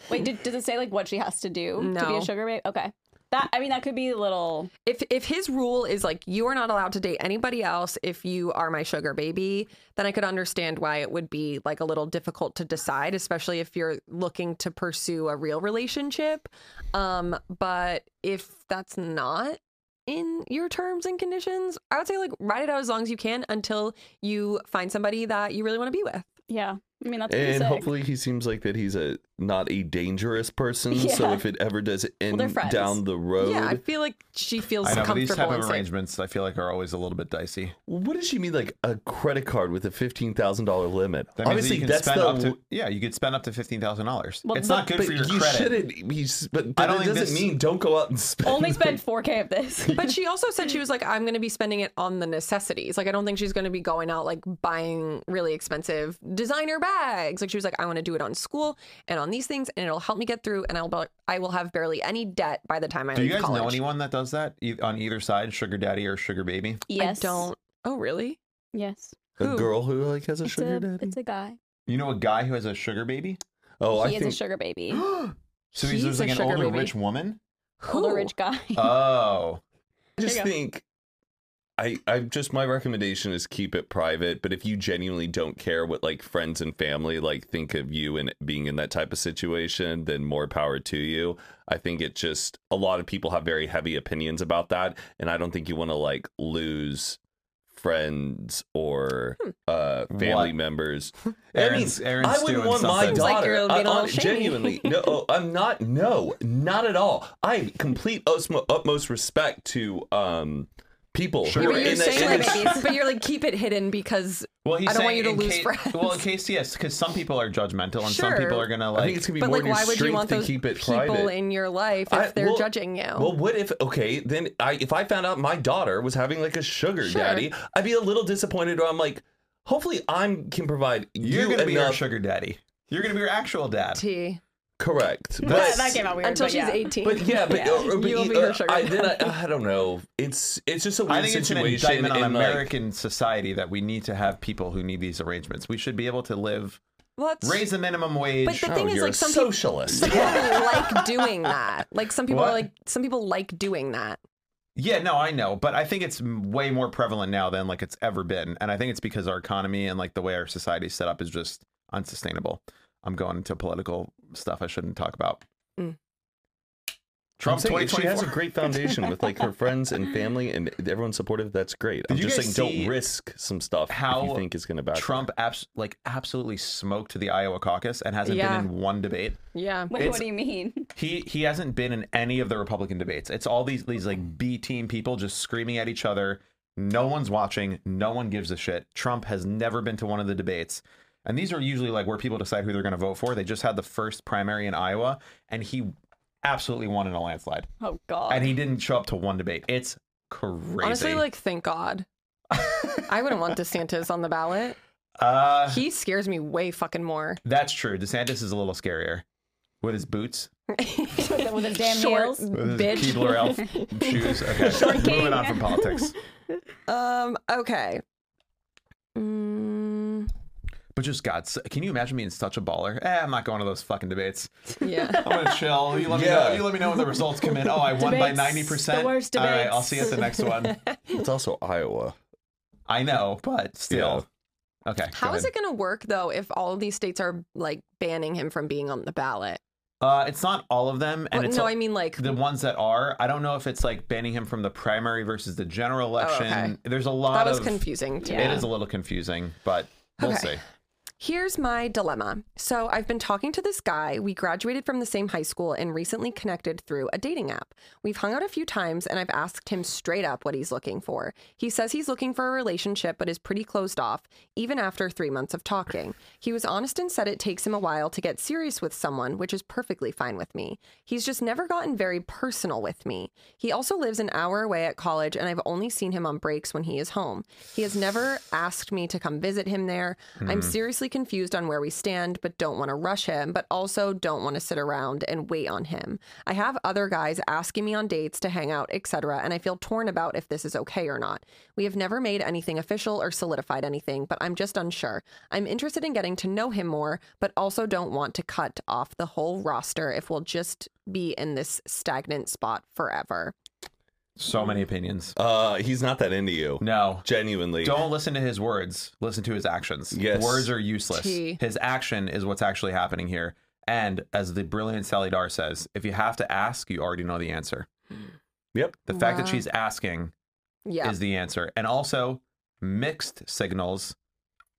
Speaker 4: Wait, did, does it say like what she has to do to be
Speaker 1: No.
Speaker 4: a sugar babe? Okay. That I mean that could be a little
Speaker 1: if if his rule is like you are not allowed to date anybody else if you are my sugar baby, then I could understand why it would be like a little difficult to decide, especially if you're looking to pursue a real relationship. Um, but if that's not in your terms and conditions, I would say like write it out as long as you can until you find somebody that you really want to be with.
Speaker 4: yeah. I mean that's pretty
Speaker 3: And
Speaker 4: sick.
Speaker 3: hopefully he seems like that he's a not a dangerous person. So
Speaker 4: Yeah.
Speaker 3: if it ever does end
Speaker 4: they're friends.
Speaker 3: down the road,
Speaker 1: Yeah, I feel like she feels
Speaker 2: I know, but
Speaker 1: comfortable.
Speaker 2: these type
Speaker 1: and
Speaker 2: of
Speaker 1: safe.
Speaker 2: arrangements I feel like are always a little bit dicey.
Speaker 3: What does she mean? Like a credit card with a fifteen thousand dollar limit?
Speaker 2: That means that you
Speaker 3: Obviously,
Speaker 2: can
Speaker 3: that's
Speaker 2: spend
Speaker 3: the.
Speaker 2: up to yeah, you could spend up to fifteen thousand dollars.
Speaker 4: Well,
Speaker 2: It's
Speaker 4: but-
Speaker 2: not good
Speaker 3: but
Speaker 2: for your
Speaker 3: you
Speaker 2: credit.
Speaker 3: shouldn't. You, s- but but
Speaker 2: don't
Speaker 3: it
Speaker 2: think this-
Speaker 3: doesn't mean don't go out and spend.
Speaker 4: Only spend 4k of this.
Speaker 1: But she also said she was like, I'm going to be spending it on the necessities. Like, I don't think she's going to be going out like buying really expensive designer bags. Like, she was like, I want to do it on school and on these things, and it'll help me get through, and I'll be- I will have barely any debt by the time I
Speaker 2: Do you
Speaker 1: leave
Speaker 2: guys
Speaker 1: college.
Speaker 2: know anyone that does that E- on either side, sugar daddy or sugar baby?
Speaker 4: yes.
Speaker 1: I don't. Oh, really?
Speaker 4: Yes.
Speaker 3: a
Speaker 1: Who?
Speaker 3: girl who like has a
Speaker 4: It's
Speaker 3: sugar
Speaker 4: a,
Speaker 3: daddy.
Speaker 4: it's a guy.
Speaker 2: You know a guy who has a sugar baby?
Speaker 3: oh,
Speaker 4: he is
Speaker 3: I
Speaker 4: a
Speaker 3: think
Speaker 4: sugar baby.
Speaker 2: So he's,
Speaker 1: He's
Speaker 2: just
Speaker 1: a
Speaker 2: like an
Speaker 1: sugar
Speaker 2: older
Speaker 1: baby.
Speaker 2: rich woman?
Speaker 4: Older
Speaker 1: Who?
Speaker 4: rich guy.
Speaker 2: Oh.
Speaker 3: I just
Speaker 4: There you
Speaker 3: think. I, I just my recommendation is keep it private but if you genuinely don't care what like friends and family like think of you and being in that type of situation then more power to you i think it just a lot of people have very heavy opinions about that and i don't think you want to like lose friends or uh family
Speaker 2: What?
Speaker 3: members
Speaker 2: Aaron's- Aaron's
Speaker 3: i wouldn't
Speaker 2: doing
Speaker 3: want my
Speaker 2: something.
Speaker 1: Seems like
Speaker 3: daughter
Speaker 1: you're
Speaker 3: I-
Speaker 1: being a little
Speaker 3: I-
Speaker 1: shady.
Speaker 3: genuinely no oh, i'm not no not at all i have complete osmo, utmost respect to um people
Speaker 2: Sure.
Speaker 3: who
Speaker 1: But
Speaker 3: are
Speaker 2: We're
Speaker 1: you're
Speaker 3: in that
Speaker 1: saying like,
Speaker 3: industry.
Speaker 1: but you're like, keep it hidden because
Speaker 2: Well, he's
Speaker 1: I don't want
Speaker 2: saying
Speaker 1: you to
Speaker 2: in
Speaker 1: lose
Speaker 2: ca-
Speaker 1: friends.
Speaker 2: Well, in case yes, because some people are judgmental and some
Speaker 1: Sure.
Speaker 2: people are gonna
Speaker 3: I
Speaker 2: like.
Speaker 3: think it's gonna be
Speaker 1: but
Speaker 3: more
Speaker 1: like
Speaker 3: in your
Speaker 1: why would you
Speaker 3: strength
Speaker 1: want
Speaker 3: to
Speaker 1: those
Speaker 3: keep it
Speaker 1: people
Speaker 3: private.
Speaker 1: in your life if
Speaker 3: I-
Speaker 1: they're
Speaker 3: well-
Speaker 1: judging you?
Speaker 3: Well, what if okay? Then I, if I found out my daughter was having like a sugar
Speaker 1: Sure.
Speaker 3: daddy, I'd be a little disappointed. Or I'm like, hopefully, I can provide
Speaker 2: you're
Speaker 3: you
Speaker 2: gonna be your
Speaker 3: enough.
Speaker 2: sugar daddy. You're gonna be your actual dad.
Speaker 1: T.
Speaker 3: Correct.
Speaker 4: that, that came out weird.
Speaker 1: Until
Speaker 4: but
Speaker 1: she's
Speaker 4: yeah.
Speaker 1: 18.
Speaker 3: But yeah, but,
Speaker 4: Yeah.
Speaker 3: or- or- but
Speaker 1: You'll
Speaker 3: e-
Speaker 1: be her
Speaker 3: uh,
Speaker 1: sugar
Speaker 3: I, then I, I don't know. It's it's just a weird
Speaker 2: I think it's an
Speaker 3: situation.
Speaker 2: indictment on
Speaker 3: and, like,
Speaker 2: American society that we need to have people who need these arrangements. We should be able to live,
Speaker 1: Well, that's-
Speaker 2: raise the minimum wage.
Speaker 1: But the
Speaker 3: oh,
Speaker 1: thing is,
Speaker 3: you're
Speaker 1: like,
Speaker 3: a
Speaker 1: some people-
Speaker 3: socialist.
Speaker 1: some people like doing that. Like some people
Speaker 2: What?
Speaker 1: are like some people like doing that.
Speaker 2: Yeah, no, I know, but I think it's m- way more prevalent now than like it's ever been, and I think it's because our economy and like the way our society is set up is just unsustainable. I'm going into political stuff I shouldn't talk about.
Speaker 1: Mm.
Speaker 3: I'm
Speaker 2: Trump
Speaker 3: saying, if she has a
Speaker 2: 2024.
Speaker 3: great foundation with like her friends and family and everyone's supportive. That's great. I'm
Speaker 2: Did you
Speaker 3: just saying,
Speaker 2: guys see
Speaker 3: don't risk some stuff if
Speaker 2: how
Speaker 3: you think is going to back.
Speaker 2: Trump abs- like absolutely smoked the Iowa caucus and hasn't
Speaker 1: Yeah.
Speaker 2: been in one debate.
Speaker 1: Yeah.
Speaker 4: Wait,
Speaker 2: It's-
Speaker 4: what do you mean?
Speaker 2: He he hasn't been in any of the Republican debates. It's all these these
Speaker 1: Mm-hmm.
Speaker 2: like B team people just screaming at each other. No one's watching. No one gives a shit. Trump has never been to one of the debates. And these are usually like where people decide who they're going to vote for. They just had the first primary in Iowa, and he absolutely won in a landslide.
Speaker 4: Oh God.
Speaker 2: And he didn't show up to one debate. It's crazy.
Speaker 1: Uh, Honestly, like, thank God. I wouldn't want DeSantis on the ballot.
Speaker 2: uh,
Speaker 1: He scares me way fucking more.
Speaker 2: that's true. DeSantis is a little scarier with his boots,
Speaker 4: With his damn
Speaker 1: Short
Speaker 4: heels.
Speaker 2: with his
Speaker 1: bitch.
Speaker 2: Keebler Elf shoes. Okay,
Speaker 4: Short
Speaker 2: moving
Speaker 4: king.
Speaker 2: on from politics.
Speaker 1: Um. Okay. Mm,
Speaker 2: But just God, s- can you imagine being such a baller? Eh, I'm not going to those fucking debates.
Speaker 1: yeah.
Speaker 2: I'm gonna chill. You let
Speaker 3: Yeah.
Speaker 2: me know. You let me know when the results come in. Oh, I won by
Speaker 4: Debates.
Speaker 2: ninety percent.
Speaker 4: The worst
Speaker 2: All right,
Speaker 4: debates.
Speaker 2: I'll see you at the next one.
Speaker 3: It's also Iowa.
Speaker 2: I know, but still. Okay.
Speaker 1: How is it going to work though if all of these states are like banning him from being on the ballot?
Speaker 2: Uh, it's not all of them, and
Speaker 1: Well,
Speaker 2: it's
Speaker 1: no,
Speaker 2: all-
Speaker 1: I mean like
Speaker 2: the ones that are. I don't know if it's like banning him from the primary versus the general election.
Speaker 1: Oh, okay.
Speaker 2: There's a lot
Speaker 1: that was
Speaker 2: of.
Speaker 1: confusing. To
Speaker 4: Yeah.
Speaker 1: me.
Speaker 2: It is a little confusing, but we'll
Speaker 1: Okay.
Speaker 2: see.
Speaker 1: Here's my dilemma. So, I've been talking to this guy. We graduated from the same high school and recently connected through a dating app. We've hung out a few times and I've asked him straight up what he's looking for. He says he's looking for a relationship but is pretty closed off, even after three months of talking. He was honest and said it takes him a while to get serious with someone, which is perfectly fine with me. He's just never gotten very personal with me. He also lives an hour away at college and I've only seen him on breaks when he is home. He has never asked me to come visit him there.
Speaker 2: Hmm.
Speaker 1: I'm seriously confused on where we stand, but don't want to rush him, but also don't want to sit around and wait on him. I have other guys asking me on dates to hang out, etc., and I feel torn about if this is okay or not. We have never made anything official or solidified anything, but I'm just unsure. I'm interested in getting to know him more, but also don't want to cut off the whole roster if we'll just be in this stagnant spot forever.
Speaker 2: So many opinions.
Speaker 3: Uh, he's not that into you.
Speaker 2: No,
Speaker 3: Genuinely.
Speaker 2: don't listen to his words. Listen to his actions.
Speaker 3: Yes.
Speaker 2: Words are useless.
Speaker 1: Tea.
Speaker 2: His action is what's actually happening here. And as the brilliant Sally Dar says, if you have to ask, you already know the answer.
Speaker 3: Yep.
Speaker 2: The fact that
Speaker 1: Wow.
Speaker 2: she's asking
Speaker 1: Yeah.
Speaker 2: is the answer. And also, mixed signals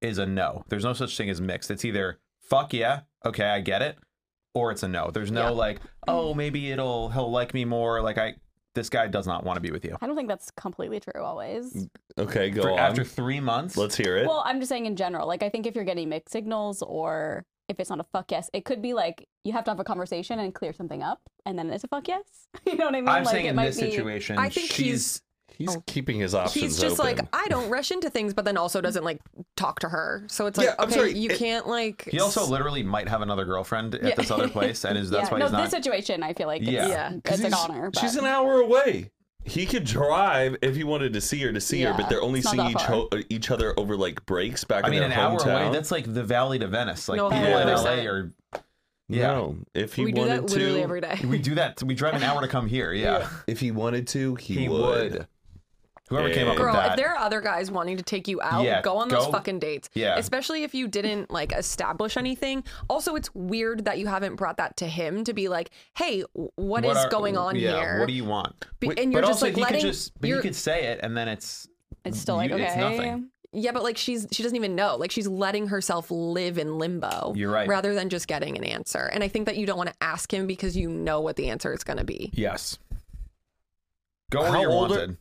Speaker 2: is a no. There's no such thing as mixed. It's either fuck yeah, okay, I get it, or it's a no. There's no
Speaker 1: Yeah.
Speaker 2: like, oh, maybe it'll he'll like me more. Like I, this guy does not want to be with you.
Speaker 4: I don't think that's completely true always.
Speaker 3: Okay, go
Speaker 2: For
Speaker 3: on.
Speaker 2: after three months,
Speaker 3: Let's hear it.
Speaker 4: Well, I'm just saying in general. Like I think if you're getting mixed signals or if it's not a fuck yes, it could be like you have to have a conversation and clear something up, and then it's a fuck yes. You know what I mean?
Speaker 2: I'm
Speaker 4: like
Speaker 2: saying
Speaker 4: it
Speaker 2: in
Speaker 4: might
Speaker 2: this
Speaker 4: be.
Speaker 2: situation,
Speaker 1: I think
Speaker 2: she's
Speaker 1: he's
Speaker 3: he's keeping his options
Speaker 1: he's just
Speaker 3: open.
Speaker 1: like i don't rush into things but then also doesn't like talk to her so it's like
Speaker 3: Yeah, I'm
Speaker 1: okay
Speaker 3: sorry,
Speaker 1: you
Speaker 3: it-
Speaker 1: can't like
Speaker 2: He also literally might have another girlfriend at
Speaker 1: Yeah.
Speaker 2: this other place, and is
Speaker 4: Yeah.
Speaker 2: that's why
Speaker 4: no,
Speaker 2: he's not.
Speaker 4: this situation I feel like
Speaker 2: Yeah.
Speaker 4: it's,
Speaker 1: Yeah.
Speaker 4: it's an
Speaker 3: 'Cause he's-
Speaker 4: honor.
Speaker 3: She's
Speaker 4: but-
Speaker 3: an hour away. He could drive if he wanted to see her to see her, but
Speaker 4: Yeah,
Speaker 3: they're only
Speaker 4: it's not
Speaker 3: seeing
Speaker 4: that
Speaker 3: each, ho- each other over like breaks back
Speaker 2: I
Speaker 3: in
Speaker 2: mean,
Speaker 3: their
Speaker 2: an hour
Speaker 3: hometown.
Speaker 2: away. That's like the Valley to Venice. Like
Speaker 1: No,
Speaker 2: people in
Speaker 1: 100%.
Speaker 2: LA are. Yeah,
Speaker 3: no, if he
Speaker 1: we do
Speaker 3: wanted
Speaker 1: that
Speaker 3: to,
Speaker 1: literally every day
Speaker 2: we do that. We drive an hour to come here. Yeah,
Speaker 3: if he wanted to, he,
Speaker 2: He
Speaker 3: would.
Speaker 2: would. whoever came up
Speaker 1: girl
Speaker 2: with
Speaker 1: if
Speaker 2: that.
Speaker 1: there are other guys wanting to take you out
Speaker 2: Yeah,
Speaker 1: go on those
Speaker 2: go-
Speaker 1: fucking dates
Speaker 2: Yeah.
Speaker 1: especially if you didn't like establish anything also it's weird that you haven't brought that to him to be like hey w-
Speaker 2: What
Speaker 1: is
Speaker 2: are-
Speaker 1: going on
Speaker 2: yeah,
Speaker 1: here
Speaker 2: What do you want?
Speaker 1: Be-
Speaker 3: Wait,
Speaker 1: and
Speaker 2: but
Speaker 1: you're just
Speaker 2: also,
Speaker 1: like
Speaker 2: he
Speaker 1: letting
Speaker 2: could just. But he
Speaker 1: you're-
Speaker 2: could say it, and then it's.
Speaker 4: It's still like
Speaker 2: you-
Speaker 4: okay.
Speaker 2: it's nothing.
Speaker 1: yeah but like she's she doesn't even know like she's letting herself live in limbo
Speaker 2: You're right.
Speaker 1: rather than just getting an answer and i think that you don't want to ask him because you know what the answer is going to be
Speaker 2: Yes. Go where
Speaker 3: How
Speaker 2: you're
Speaker 3: old are-
Speaker 2: wanted.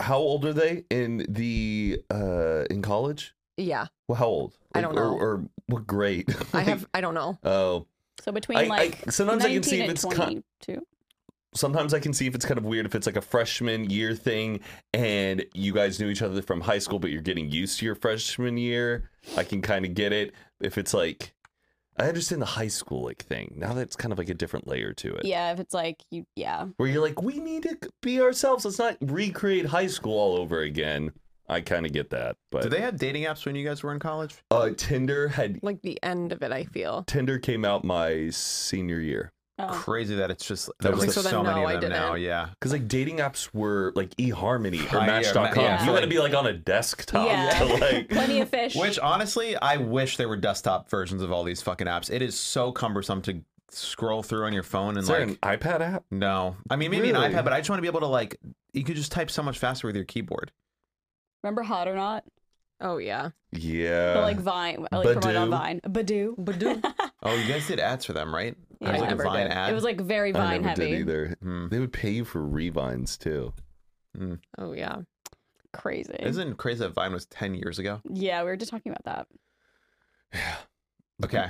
Speaker 3: How old are they in the uh in college?
Speaker 1: yeah
Speaker 3: Well, how old?
Speaker 1: I don't
Speaker 3: Or-
Speaker 1: know.
Speaker 3: Or, what grade?
Speaker 1: i have i don't know
Speaker 3: Oh,
Speaker 4: So between
Speaker 3: I- I-
Speaker 4: like
Speaker 3: sometimes I can
Speaker 4: 19
Speaker 3: see if
Speaker 4: and
Speaker 3: it's con-
Speaker 4: 22.
Speaker 3: sometimes I can see if it's kind of weird if it's like a freshman year thing and you guys knew each other from high school, but you're getting used to your freshman year. I can kind of get it. If it's like, I understand the high school like thing. Now that's kind of like a different layer to it.
Speaker 4: yeah, if it's like you, yeah.
Speaker 3: Where you're like, we need to be ourselves. Let's not recreate high school all over again. I kind of get that. But
Speaker 2: Did they have dating apps when you guys were in college?
Speaker 3: uh, Tinder had
Speaker 1: like the end of it i feel
Speaker 3: Tinder came out my senior year.
Speaker 4: Oh.
Speaker 2: Crazy that it's just
Speaker 3: That
Speaker 2: there's
Speaker 3: was-
Speaker 2: just
Speaker 1: So then,
Speaker 2: so many
Speaker 1: no,
Speaker 2: of
Speaker 1: I
Speaker 2: them now.
Speaker 1: didn't.
Speaker 2: Yeah.
Speaker 3: Because like dating apps were like eHarmony or
Speaker 2: Hi- yeah,
Speaker 3: Match.com.
Speaker 4: yeah.
Speaker 3: You had to be like on a desktop
Speaker 4: Yeah.
Speaker 3: to like.
Speaker 4: Plenty of fish.
Speaker 2: Which honestly, I wish there were desktop versions of all these fucking apps. It is so cumbersome to scroll through on your phone and
Speaker 3: Is there
Speaker 2: like
Speaker 3: an iPad app?
Speaker 2: no. I mean maybe
Speaker 3: Really?
Speaker 2: an iPad, but I just want to be able to like you could just type so much faster with your keyboard.
Speaker 4: Remember Hot or Not?
Speaker 1: oh yeah
Speaker 3: Yeah.
Speaker 4: But like Vine, like promoted on
Speaker 3: Badoo.
Speaker 4: Vine. Badoo. Badoo.
Speaker 2: Oh, you guys did ads for them, right?
Speaker 4: Yeah,
Speaker 2: There was
Speaker 4: I
Speaker 2: like a
Speaker 4: never
Speaker 2: Vine
Speaker 4: did.
Speaker 2: ad.
Speaker 4: It was like very
Speaker 3: I
Speaker 4: Vine
Speaker 3: never did
Speaker 4: heavy.
Speaker 3: either.
Speaker 2: Hmm.
Speaker 3: They would pay you for revines too.
Speaker 1: oh yeah
Speaker 4: Crazy.
Speaker 2: Isn't it crazy that Vine was ten years ago?
Speaker 4: Yeah, we were just talking about that. Mm-hmm.
Speaker 2: Okay.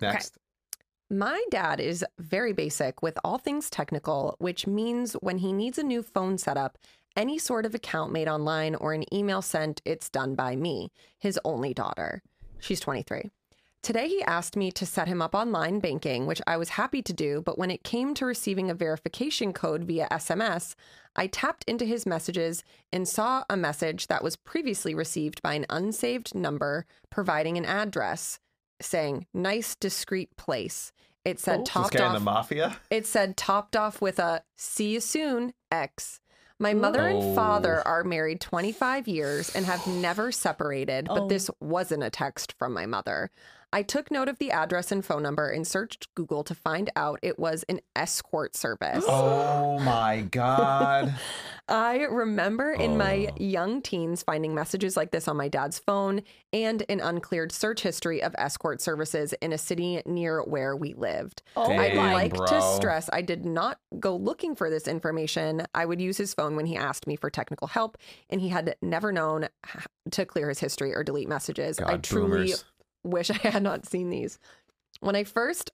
Speaker 2: Next.
Speaker 1: My dad is very basic with all things technical, which means when he needs a new phone setup, any sort of account made online or an email sent, it's done by me, his only daughter. She's 23. Today, he asked me to set him up online banking, which I was happy to do, but when it came to receiving a verification code via SMS, I tapped into his messages and saw a message that was previously received by an unsaved number providing an address saying, nice, discreet place. It said,
Speaker 2: Oh, This
Speaker 1: topped
Speaker 2: guy
Speaker 1: off.
Speaker 2: in the mafia.
Speaker 1: It said topped off with a see you soon, X. My mother and father are married 25 years and have never separated, but
Speaker 4: Oh.
Speaker 1: this wasn't a text from my mother. I took note of the address and phone number and searched Google to find out it was an escort service.
Speaker 2: Oh my god.
Speaker 1: I remember in my young teens finding messages like this on my dad's phone and an uncleared search history of escort services in a city near where we lived.
Speaker 4: Oh
Speaker 1: I'd
Speaker 2: Dang,
Speaker 4: my
Speaker 1: like to
Speaker 2: bro.
Speaker 1: stress I did not go looking for this information. I would use his phone when he asked me for technical help, and he had never known h- to clear his history or delete messages. I
Speaker 2: God,
Speaker 1: truly
Speaker 2: boomers.
Speaker 1: wish I had not seen these. When I first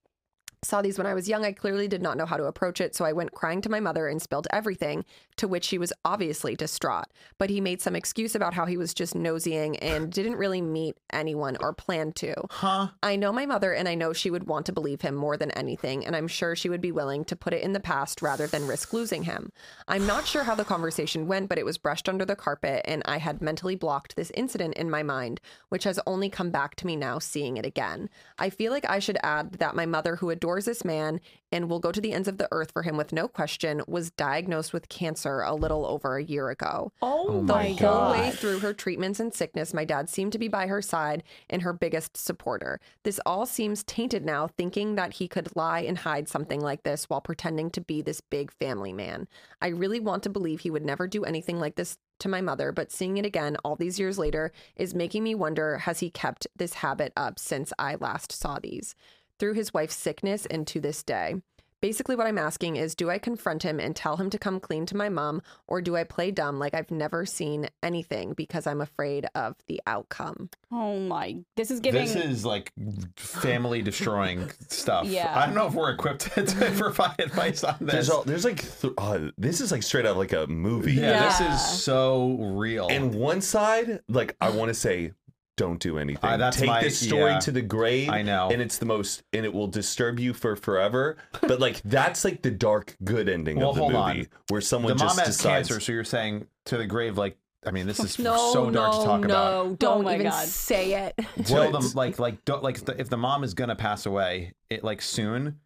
Speaker 1: saw these when I was young, I clearly did not know how to approach it, so I went crying to my mother and spilled everything, to which she was obviously distraught. But he made some excuse about how he was just nosying and didn't really meet anyone or plan to.
Speaker 2: Huh?
Speaker 1: I know my mother, and I know she would want to believe him more than anything, and I'm sure she would be willing to put it in the past rather than risk losing him. I'm not sure how the conversation went, but it was brushed under the carpet, and I had mentally blocked this incident in my mind, which has only come back to me now seeing it again. I feel like I should add that my mother, who adores this man and will go to the ends of the earth for him with no question, was diagnosed with cancer a little over a year ago.
Speaker 4: Oh,
Speaker 2: Oh my
Speaker 4: my
Speaker 1: The whole way
Speaker 4: god.
Speaker 1: through her treatments and sickness, my dad seemed to be by her side and her biggest supporter. This all seems tainted now, thinking that he could lie and hide something like this while pretending to be this big family man. I really want to believe he would never do anything like this to my mother, but seeing it again all these years later is making me wonder has he kept this habit up since I last saw these? Through his wife's sickness and to this day. Basically, what I'm asking is do I confront him and tell him to come clean to my mom, or do I play dumb like I've never seen anything because I'm afraid of the outcome?
Speaker 4: Oh my. This is giving.
Speaker 2: This is like family destroying stuff.
Speaker 4: Yeah.
Speaker 2: I don't know if we're equipped to, provide advice on this.
Speaker 3: There's all there's like th- uh, this is like straight out like a movie.
Speaker 2: yeah, this
Speaker 4: Yeah.
Speaker 2: is so real.
Speaker 3: And one side, like I want to say, don't do anything.
Speaker 2: Uh, that's
Speaker 3: Take
Speaker 2: my-
Speaker 3: this story
Speaker 2: yeah.
Speaker 3: to the grave.
Speaker 2: I know.
Speaker 3: and it's the most, and it will disturb you for forever. But like that's like the dark good ending
Speaker 2: Well,
Speaker 3: of the
Speaker 2: hold
Speaker 3: movie,
Speaker 2: on.
Speaker 3: where
Speaker 2: the
Speaker 3: someone
Speaker 2: mom
Speaker 3: just
Speaker 2: has
Speaker 3: decides.
Speaker 2: cancer, so you're saying to the grave, like, I mean, this is so dark to talk about. Oh
Speaker 4: don't even
Speaker 1: say it.
Speaker 2: Tell
Speaker 3: What?
Speaker 2: them, like, like, don't, like, the, if the mom is gonna pass away, it like soon,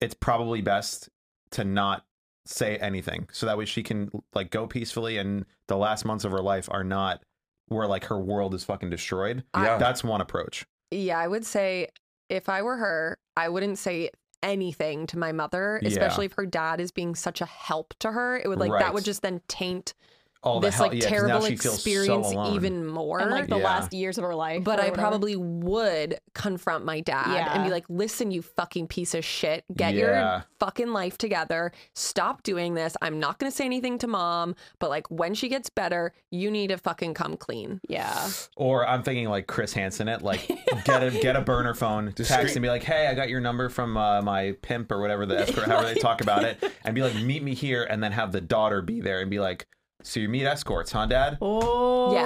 Speaker 2: it's probably best to not say anything, so that way she can like go peacefully, and the last months of her life are not where like her world is fucking destroyed.
Speaker 3: yeah,
Speaker 2: That's one approach.
Speaker 1: Yeah, I would say if I were her, I wouldn't say anything to my mother,
Speaker 2: Yeah.
Speaker 1: especially if her dad is being such a help to her. It would like
Speaker 2: Right.
Speaker 1: that would just then taint
Speaker 2: All
Speaker 1: this
Speaker 2: the hell,
Speaker 1: like
Speaker 2: yeah, 'cause now
Speaker 1: terrible
Speaker 2: she feels so
Speaker 1: experience
Speaker 2: alone.
Speaker 1: even more.
Speaker 4: and like the
Speaker 2: Yeah.
Speaker 4: last years of her life.
Speaker 1: but
Speaker 4: or
Speaker 1: I
Speaker 4: whatever.
Speaker 1: probably would confront my dad and be
Speaker 4: Yeah.
Speaker 1: like, listen, you fucking piece of shit. Get
Speaker 2: Yeah.
Speaker 1: your fucking life together. Stop doing this. I'm not going to say anything to mom, but like when she gets better, you need to fucking come clean.
Speaker 4: Yeah.
Speaker 2: Or I'm thinking like Chris Hansen it, like get a get a burner phone, text
Speaker 3: Discreet.
Speaker 2: and be like, hey, I got your number from uh, my pimp or whatever the escort, however they talk about it, and be like, meet me here, and then have the daughter be there and be like, so you meet escorts, huh, Dad?
Speaker 4: Oh.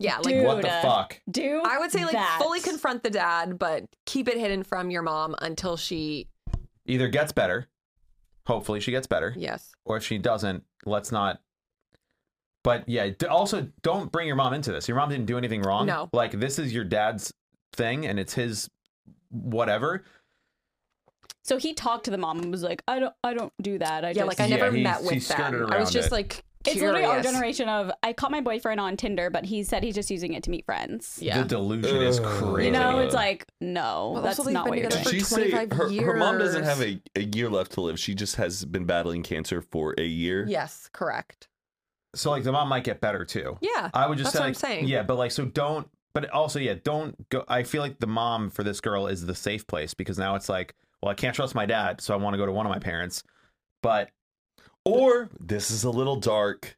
Speaker 1: Yeah, like,
Speaker 4: dude,
Speaker 2: what the
Speaker 4: uh,
Speaker 2: fuck?
Speaker 4: Do
Speaker 1: I would say like
Speaker 4: that.
Speaker 1: fully confront the dad, but keep it hidden from your mom until she,
Speaker 2: Either gets better, hopefully she gets better,
Speaker 1: yes.
Speaker 2: or if she doesn't, let's not. But yeah, d- also don't bring your mom into this. Your mom didn't do anything wrong.
Speaker 1: No.
Speaker 2: like this is your dad's thing, and it's his whatever.
Speaker 4: So he talked to the mom and was like, "I don't, I don't do that. I
Speaker 1: Yeah,
Speaker 4: just,
Speaker 1: like I
Speaker 2: Yeah,
Speaker 1: never
Speaker 2: he-
Speaker 1: met
Speaker 2: he
Speaker 1: with
Speaker 2: skirted
Speaker 1: them. I was
Speaker 2: around
Speaker 1: just
Speaker 2: it.
Speaker 1: like,
Speaker 4: It's
Speaker 1: curious.
Speaker 4: literally our generation of I caught my boyfriend on Tinder, but he said he's just using it to meet friends.
Speaker 1: Yeah.
Speaker 2: The delusion is
Speaker 3: Ugh.
Speaker 2: crazy.
Speaker 4: You know,
Speaker 3: Yeah.
Speaker 4: it's like no,
Speaker 1: Well,
Speaker 4: that's
Speaker 1: also they've
Speaker 4: not
Speaker 1: been
Speaker 4: what you're
Speaker 1: together
Speaker 4: doing.
Speaker 3: Did she say
Speaker 1: 25
Speaker 3: her, her mom doesn't
Speaker 1: years.
Speaker 3: have a, a year left to live. She just has been battling cancer for a year.
Speaker 1: yes, correct.
Speaker 2: So like the mom might get better too.
Speaker 1: Yeah.
Speaker 2: I would
Speaker 1: That's
Speaker 2: just say
Speaker 1: what I'm
Speaker 2: like,
Speaker 1: saying.
Speaker 2: yeah, but like so don't but also yeah, don't go I feel like the mom for this girl is the safe place because now it's like, well, I can't trust my dad, so I want to go to one of my parents. But
Speaker 3: Or this is a little dark.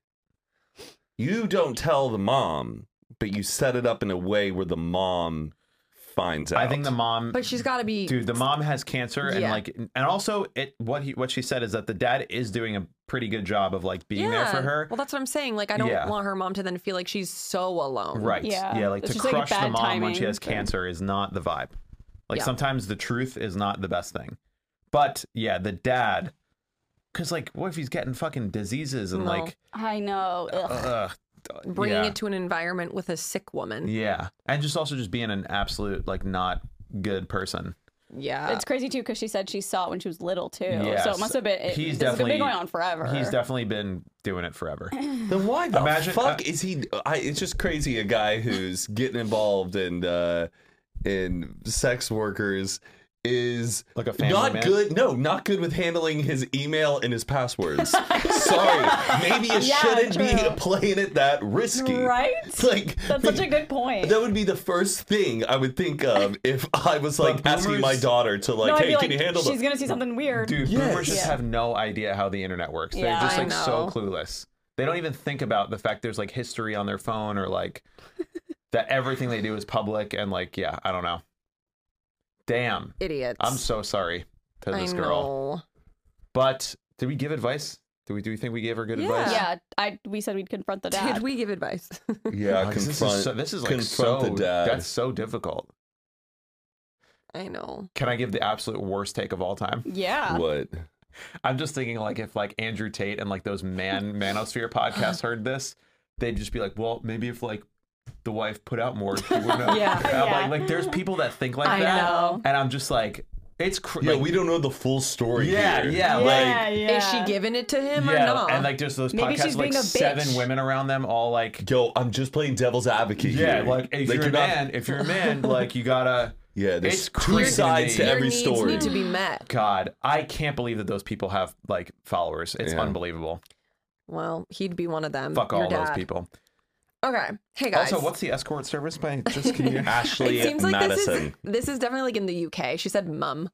Speaker 3: You don't tell the mom, but you set it up in a way where the mom finds out.
Speaker 2: I think the mom
Speaker 1: But she's got to be.
Speaker 2: dude the mom has cancer and
Speaker 1: Yeah.
Speaker 2: like and also it what he what she said is that the dad is doing a pretty good job of like being there for her
Speaker 1: Well, that's what I'm saying. Like, I don't
Speaker 2: Yeah.
Speaker 1: want her mom to then feel like she's so alone.
Speaker 2: right yeah,
Speaker 4: Yeah.
Speaker 2: like
Speaker 4: It's
Speaker 2: to
Speaker 4: just, like, a
Speaker 2: crush the mom
Speaker 4: bad
Speaker 2: when she
Speaker 4: timing
Speaker 2: has
Speaker 4: thing.
Speaker 2: cancer is not the vibe like
Speaker 1: Yeah.
Speaker 2: sometimes the truth is not the best thing but yeah the dad because like what if he's getting fucking diseases and
Speaker 1: No.
Speaker 2: like
Speaker 4: I know. Ugh.
Speaker 2: uh,
Speaker 1: Bringing
Speaker 2: yeah.
Speaker 1: it to an environment with a sick woman.
Speaker 2: yeah and just also just being an absolute like not good person
Speaker 1: Yeah.
Speaker 4: It's crazy too because she said she saw it when she was little too.
Speaker 2: Yes.
Speaker 4: So it must have been. It,
Speaker 2: He's
Speaker 4: this has
Speaker 2: definitely-
Speaker 4: been going on forever.
Speaker 2: he's definitely been doing it forever
Speaker 3: Then why the
Speaker 2: Imagine-
Speaker 3: fuck
Speaker 2: uh,
Speaker 3: is he? I, it's just crazy. A guy who's getting involved in uh, in sex workers is
Speaker 2: Like a family
Speaker 3: not
Speaker 2: man?
Speaker 3: good. No, not good with handling his email and his passwords. Sorry, maybe you
Speaker 4: Yeah,
Speaker 3: shouldn't
Speaker 4: true.
Speaker 3: be playing it that risky.
Speaker 4: right.
Speaker 3: It's Like
Speaker 4: That's such a good point.
Speaker 3: That would be the first thing I would think of if I was like
Speaker 2: But
Speaker 3: asking my
Speaker 2: boomers-
Speaker 3: daughter to like,
Speaker 4: no, I'd
Speaker 3: hey,
Speaker 4: be
Speaker 3: can
Speaker 4: like,
Speaker 3: you handle
Speaker 4: she's
Speaker 3: this?
Speaker 4: gonna see something weird.
Speaker 2: Dude,
Speaker 3: Yes.
Speaker 2: boomers just
Speaker 4: Yeah.
Speaker 2: have no idea how the internet works. They're
Speaker 4: Yeah.
Speaker 2: just
Speaker 1: I
Speaker 2: like so
Speaker 1: know.
Speaker 2: clueless. They don't even think about the fact there's like history on their phone or like that everything they do is public and like yeah, I don't know. Damn.
Speaker 1: Idiots.
Speaker 2: I'm so sorry to
Speaker 1: I
Speaker 2: this girl.
Speaker 1: know.
Speaker 2: But did we give advice? Do we do we think we gave her good
Speaker 1: Yeah.
Speaker 2: advice?
Speaker 4: yeah, I we said we'd confront the dad.
Speaker 1: Did we give advice?
Speaker 3: Yeah,
Speaker 2: Like, this is so, this is like so
Speaker 3: confront the dad.
Speaker 2: that's so difficult.
Speaker 1: I know.
Speaker 2: Can I give the absolute worst take of all time?
Speaker 4: Yeah.
Speaker 3: what?
Speaker 2: I'm just thinking like if like Andrew Tate and like those man manosphere podcasts heard this, they'd just be like, well, maybe if like the wife put out more, she wouldn't. have-"
Speaker 1: Yeah.
Speaker 2: And I'm
Speaker 4: Yeah.
Speaker 2: like, like there's people that think like
Speaker 4: I
Speaker 2: that,
Speaker 4: know.
Speaker 2: and I'm just like, it's cr-
Speaker 3: Yeah,
Speaker 2: like,
Speaker 3: we don't know the full story.
Speaker 2: yeah,
Speaker 3: here.
Speaker 2: yeah,
Speaker 4: yeah,
Speaker 2: like.
Speaker 4: yeah.
Speaker 1: Is she giving it to him or
Speaker 2: Yeah,
Speaker 1: not?
Speaker 2: and like there's those
Speaker 4: Maybe
Speaker 2: podcasts with,
Speaker 4: she's
Speaker 2: like
Speaker 4: being a
Speaker 2: seven
Speaker 4: bitch.
Speaker 2: women around them, all like,
Speaker 3: Yo, I'm just playing devil's advocate
Speaker 2: yeah,
Speaker 3: here.
Speaker 2: like if you're a
Speaker 3: not-
Speaker 2: man, if you're a man, like you gotta,
Speaker 3: yeah, there's
Speaker 2: It's
Speaker 3: two
Speaker 2: crazy to
Speaker 3: sides
Speaker 2: me.
Speaker 3: to
Speaker 1: Your
Speaker 3: every
Speaker 1: needs
Speaker 3: story.
Speaker 1: need to be met.
Speaker 2: God, I can't believe that those people have like followers. It's
Speaker 3: Yeah.
Speaker 2: unbelievable.
Speaker 1: Well, he'd be one of them.
Speaker 2: Fuck
Speaker 1: your
Speaker 2: all those
Speaker 1: dad.
Speaker 2: people.
Speaker 1: Okay. Hey guys.
Speaker 2: Also, what's the escort service by? Just can you?
Speaker 3: Ashley
Speaker 1: it seems like
Speaker 3: Madison.
Speaker 1: this is this is definitely like in the UK. She said mum.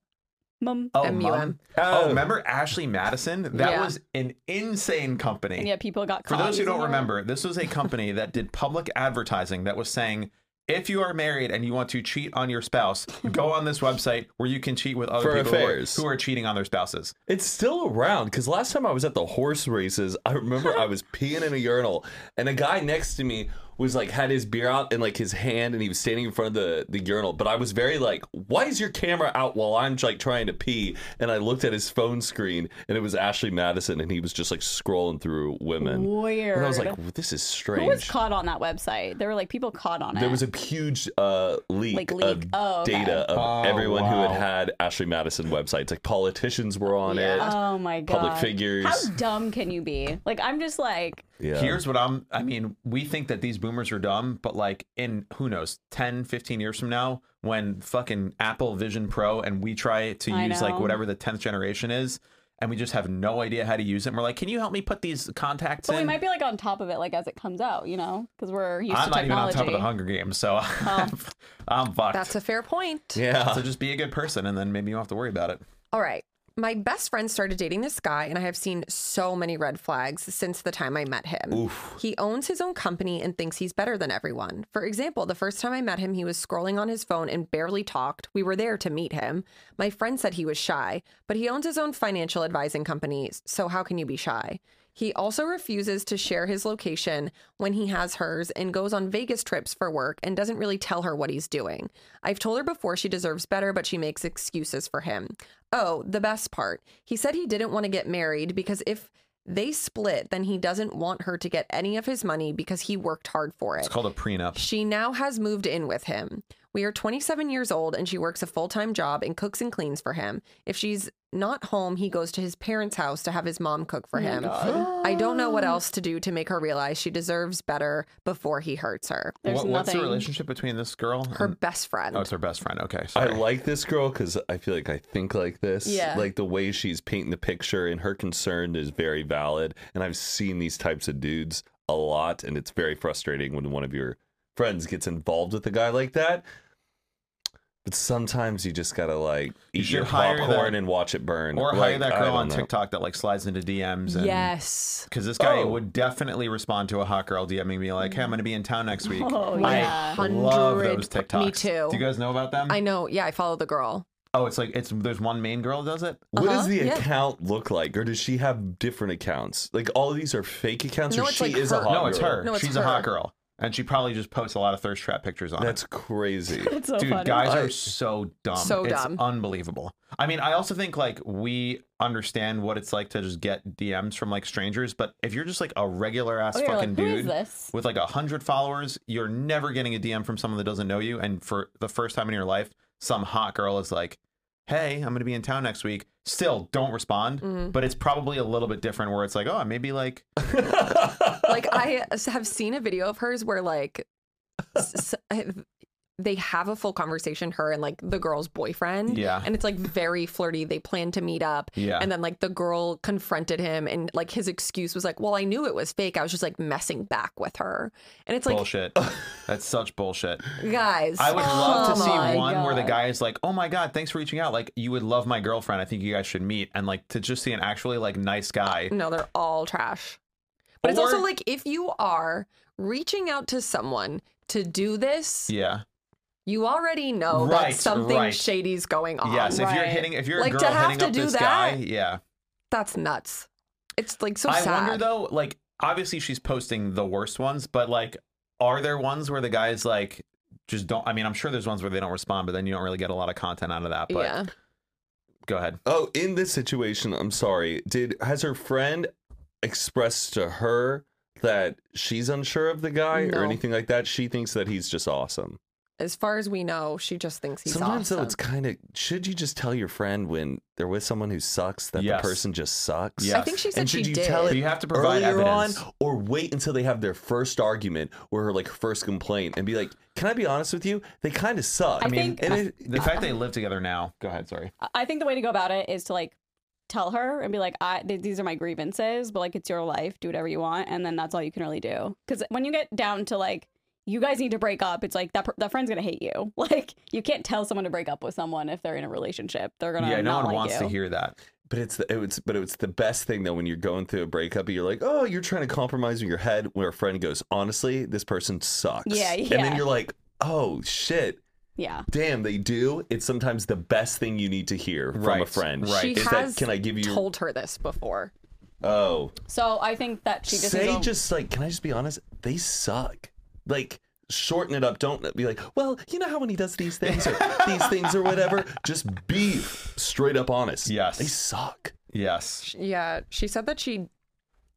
Speaker 4: Mom.
Speaker 2: Oh,
Speaker 1: MUM.
Speaker 2: Mom. Oh,
Speaker 3: Oh.
Speaker 2: remember Ashley Madison? That
Speaker 1: Yeah.
Speaker 2: was an insane company.
Speaker 4: Yeah, people got
Speaker 2: For
Speaker 4: caught.
Speaker 2: those who
Speaker 4: using
Speaker 2: don't
Speaker 4: it.
Speaker 2: remember, this was a company that did public advertising that was saying, if you are married and you want to cheat on your spouse, go on this website where you can cheat with other
Speaker 3: For
Speaker 2: people who are,
Speaker 3: affairs.
Speaker 2: who are cheating on their spouses.
Speaker 3: It's still around because last time I was at the horse races, I remember I was peeing in a urinal, and a guy next to me was like had his beer out in like his hand, and he was standing in front of the the urinal. But I was very like, "Why is your camera out while I'm like trying to pee?" And I looked at his phone screen, and it was Ashley Madison, and he was just like scrolling through women.
Speaker 4: Weird.
Speaker 3: And I was like, "Well, "This is strange."
Speaker 4: who was caught on that website? There were like people caught on it.
Speaker 3: There was a huge uh, leak,
Speaker 4: Like, leak.
Speaker 3: of
Speaker 4: Oh, okay.
Speaker 3: data of
Speaker 2: Oh,
Speaker 3: everyone who
Speaker 2: wow.
Speaker 3: had had Ashley Madison websites. Like politicians were on it.
Speaker 2: Uh,
Speaker 4: Oh my god.
Speaker 3: Public figures.
Speaker 4: How dumb can you be? Like I'm just like
Speaker 3: Yeah.
Speaker 2: Here's what I'm, I mean, we think that these boomers are dumb, but like in who knows, 10, 15 years from now, when fucking Apple Vision Pro and we try to
Speaker 4: I
Speaker 2: use like
Speaker 4: know.
Speaker 2: whatever the 10th generation is, and we just have no idea how to use it. And we're like, can you help me put these contacts
Speaker 4: But
Speaker 2: in?
Speaker 4: we might be like on top of it, like as it comes out, you know, because we're used
Speaker 2: I'm
Speaker 4: to
Speaker 2: not even on
Speaker 4: technology. Oh.
Speaker 2: top of the Hunger Games, so I'm fucked.
Speaker 1: That's a fair point.
Speaker 3: yeah.
Speaker 2: so just be a good person, and then maybe you won't have to worry about it.
Speaker 1: All right. My best friend started dating this guy, and I have seen so many red flags since the time I met him. He owns his own company and thinks he's better than everyone. For example, the first time I met him, he was scrolling on his phone and barely talked. We were there to meet him. My friend said he was shy, but he owns his own financial advising company, so how can you be shy? He also refuses to share his location when he has hers and goes on Vegas trips for work and doesn't really tell her what he's doing. I've told her before she deserves better, but she makes excuses for him. Oh, the best part. He said he didn't want to get married because if they split, then he doesn't want her to get any of his money because he worked hard for it.
Speaker 2: It's called a prenup.
Speaker 1: She now has moved in with him. We are 27 years old and she works a full time job and cooks and cleans for him. If she's not home, he goes to his parents' house to have his mom cook
Speaker 2: Oh
Speaker 1: for him. I don't know what else to do to make her realize she deserves better before he hurts her.
Speaker 4: There's
Speaker 2: What- what's the
Speaker 4: nothing-
Speaker 2: relationship between this girl?
Speaker 1: Her
Speaker 2: and-
Speaker 1: best friend.
Speaker 2: oh, it's her best friend. Okay,
Speaker 3: I
Speaker 2: sorry.
Speaker 3: like this girl because I feel like I think like this.
Speaker 1: Yeah.
Speaker 3: Like the way she's painting the picture and her concern is very valid. And I've seen these types of dudes a lot. And it's very frustrating when one of your friends gets involved with a guy like that. But sometimes you just gotta like
Speaker 2: You
Speaker 3: eat
Speaker 2: should
Speaker 3: your
Speaker 2: hire
Speaker 3: popcorn
Speaker 2: that-
Speaker 3: and watch it burn.
Speaker 2: Or hire
Speaker 3: Like,
Speaker 2: that
Speaker 3: I
Speaker 2: girl
Speaker 3: don't
Speaker 2: on
Speaker 3: know.
Speaker 2: TikTok that like slides into DMs and
Speaker 1: Yes.
Speaker 2: Because this guy
Speaker 3: Oh.
Speaker 2: would definitely respond to a hot girl DMing me like, "Hey, I'm going to be in town next week."
Speaker 4: Oh,
Speaker 2: I
Speaker 4: yeah.
Speaker 2: love those
Speaker 1: 100
Speaker 2: TikToks.
Speaker 1: me too.
Speaker 2: Do you guys know about them?
Speaker 1: I know. Yeah, I follow the girl.
Speaker 2: oh, it's like it's there's one main girl does it.
Speaker 3: What does
Speaker 1: Uh-huh,
Speaker 3: the
Speaker 1: yeah.
Speaker 3: account look like, or does she have different accounts? Like all of these are fake accounts,
Speaker 1: No,
Speaker 3: or
Speaker 1: it's
Speaker 3: she
Speaker 1: like
Speaker 3: is
Speaker 1: her.
Speaker 3: a hot
Speaker 2: no, it's
Speaker 3: girl?
Speaker 2: her.
Speaker 1: No, it's
Speaker 2: She's
Speaker 1: her.
Speaker 2: a hot girl, and she probably just posts a lot of thirst trap pictures on.
Speaker 3: That's
Speaker 2: it.
Speaker 3: crazy.
Speaker 4: It's so
Speaker 2: Dude,
Speaker 4: funny.
Speaker 2: guys
Speaker 3: I-
Speaker 2: are so dumb.
Speaker 1: So
Speaker 2: it's
Speaker 1: dumb.
Speaker 2: unbelievable. I mean, I also think like we understand what it's like to just get DMs from like strangers, but if you're just like a regular ass
Speaker 4: Oh, you're
Speaker 2: fucking
Speaker 4: like, Who is
Speaker 2: dude,
Speaker 4: this?
Speaker 2: with like a hundred followers, you're never getting a DM from someone that doesn't know you. And for the first time in your life, some hot girl is like, "Hey, I'm gonna be in town next week." Still, don't respond.
Speaker 1: Mm-hmm.
Speaker 2: But it's probably a little bit different, where it's like, "Oh, maybe like
Speaker 1: Like I s- have seen a video of hers where like s- s- they have a full conversation her and like the girl's boyfriend.
Speaker 2: Yeah.
Speaker 1: And it's like very flirty. They plan to meet up.
Speaker 2: Yeah.
Speaker 1: And then like the girl confronted him and like his excuse was like, "Well, I knew it was fake. I was just like messing back with her." And it's like,
Speaker 2: bullshit." That's such bullshit.
Speaker 1: guys,
Speaker 2: I would love to
Speaker 1: come
Speaker 2: see
Speaker 1: on.
Speaker 2: one where the
Speaker 4: God.
Speaker 2: guy is like, "Oh my god, thanks for reaching out. Like, you would love my girlfriend. I think you guys should meet." And like to just see an actually like nice guy.
Speaker 1: No, they're all trash. But it's
Speaker 2: Or-
Speaker 1: also like if you are reaching out to someone to do this,
Speaker 2: Yeah.
Speaker 1: you already know
Speaker 2: Right,
Speaker 1: that something
Speaker 2: right.
Speaker 1: shady's going on.
Speaker 2: Yes. If you're
Speaker 4: right.
Speaker 2: hitting, if you're
Speaker 1: Like,
Speaker 2: a
Speaker 1: to
Speaker 2: girl
Speaker 1: have
Speaker 2: hitting
Speaker 1: to
Speaker 2: up
Speaker 1: do
Speaker 2: this
Speaker 1: that?
Speaker 2: guy, yeah.
Speaker 1: That's nuts. It's like so
Speaker 2: I
Speaker 1: sad.
Speaker 2: wonder though, like obviously she's posting the worst ones, but like are there ones where the guys like just don't I mean, I'm sure there's ones where they don't respond, but then you don't really get a lot of content out of that. But
Speaker 1: yeah.
Speaker 2: go ahead.
Speaker 3: oh, in this situation, I'm sorry. Did has her friend expressed to her that she's unsure of the guy
Speaker 1: No.
Speaker 3: or anything like that? She thinks that he's just awesome.
Speaker 1: As far as we know, she just thinks he's
Speaker 3: Sometimes
Speaker 1: awesome.
Speaker 3: though, it's kind of should you just tell your friend when they're with someone who sucks that
Speaker 2: Yes.
Speaker 3: the person just sucks?
Speaker 2: Yeah.
Speaker 1: I think she said
Speaker 3: And
Speaker 1: she
Speaker 3: should you
Speaker 1: did.
Speaker 3: tell
Speaker 2: But
Speaker 3: it
Speaker 2: you have to provide
Speaker 3: Earlier
Speaker 2: evidence.
Speaker 3: on, or wait until they have their first argument or her like first complaint and be like, "Can I be honest with you? They kind of suck."
Speaker 4: I I mean, think-
Speaker 3: and it,
Speaker 2: The fact they live together now. Go ahead, sorry.
Speaker 4: I- I think the way to go about it is to like tell her and be like, I th- these are my grievances, but like it's your life, do whatever you want, and then that's all you can really do. Because when you get down to like, you guys need to break up, it's like that per- that friend's gonna hate you. Like you can't tell someone to break up with someone if they're in a relationship. They're gonna
Speaker 2: Yeah, no
Speaker 4: not
Speaker 2: one
Speaker 4: like
Speaker 2: wants
Speaker 4: you.
Speaker 2: to hear that.
Speaker 3: but it's the, it was, but it's the best thing though when you're going through a breakup. and You're like, "Oh, you're trying to compromise in your head." Where a friend goes, "Honestly, this person sucks."
Speaker 4: Yeah,
Speaker 3: And then
Speaker 4: yeah.
Speaker 3: you're like, "Oh shit."
Speaker 4: Yeah,
Speaker 3: Damn, they do. It's sometimes the best thing you need to hear from a
Speaker 2: Right,
Speaker 3: friend.
Speaker 2: right.
Speaker 1: she
Speaker 3: Is
Speaker 1: has
Speaker 3: that can I give you?
Speaker 1: told her this before.
Speaker 3: oh,
Speaker 4: so I think that she just
Speaker 3: say
Speaker 4: needs to-
Speaker 3: just like, can I just be honest? They suck. Like, shorten it up. Don't be like, well, you know how when he does these things or these things or whatever. Just be straight up honest.
Speaker 2: Yes.
Speaker 3: they suck.
Speaker 2: Yes.
Speaker 1: Yeah, she said that she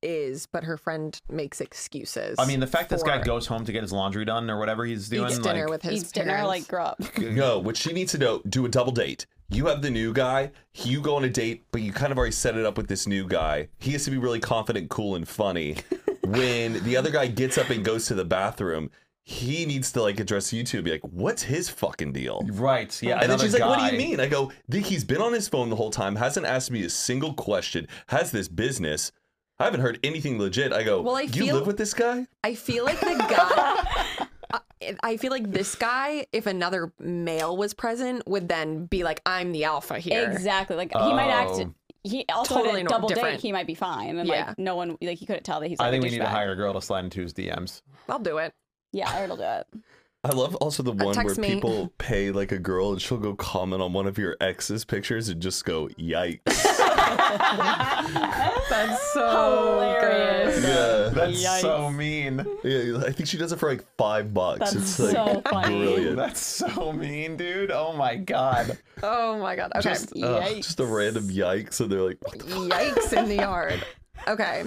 Speaker 1: is, but her friend makes excuses.
Speaker 2: I mean the fact this guy
Speaker 1: for-
Speaker 2: goes home to get his laundry done or whatever he's doing,
Speaker 1: eats dinner
Speaker 2: like,
Speaker 1: with his
Speaker 4: eats dinner,
Speaker 1: parents.
Speaker 4: like grow up.
Speaker 3: No, what she needs to know: do a double date. You have the new guy. You go on a date, but you kind of already set it up with this new guy. He has to be really confident, cool, and funny. when the other guy gets up and goes to the bathroom, he needs to like address you two and be like, "What's his fucking deal?"
Speaker 2: Right. Yeah.
Speaker 3: And then
Speaker 2: another
Speaker 3: she's like, "What do
Speaker 2: guy.
Speaker 3: you mean?" I go, "Think he's been on his phone the whole time, hasn't asked me a single question, has this business. I haven't heard anything legit." I go,
Speaker 1: Well, I
Speaker 3: "You
Speaker 1: feel-
Speaker 3: live with this guy?"
Speaker 1: I feel like the guy. I- I feel like this guy, if another male was present, would then be like, "I'm the alpha here."
Speaker 4: Exactly. Like he might act.
Speaker 2: Oh.
Speaker 4: He also
Speaker 1: Totally
Speaker 4: had a
Speaker 1: nor-
Speaker 4: double
Speaker 1: different.
Speaker 4: date. He might be fine, and
Speaker 1: Yeah.
Speaker 4: like no one, like he couldn't tell that he's. Like,
Speaker 2: I think
Speaker 4: a
Speaker 2: we need to
Speaker 4: douchebag.
Speaker 2: hire a girl to slide into his DMs.
Speaker 1: I'll do it.
Speaker 4: Yeah, it'll do it.
Speaker 3: I love also the one where
Speaker 1: Uh, text me.
Speaker 3: people pay like a girl and she'll go comment on one of your ex's pictures and just go, "Yikes."
Speaker 1: That's
Speaker 4: so Hilarious. good.
Speaker 3: yeah.
Speaker 2: That's so
Speaker 4: Yikes.
Speaker 2: mean.
Speaker 3: yeah, I think she does it for like 5 bucks.
Speaker 4: That's
Speaker 3: it's like
Speaker 4: so funny.
Speaker 3: brilliant.
Speaker 2: That's so mean, dude. Oh my god.
Speaker 1: Oh my god. Okay.
Speaker 3: Just, ugh, just a random yikes, and they're like, what the
Speaker 1: Yikes in the yard. Okay.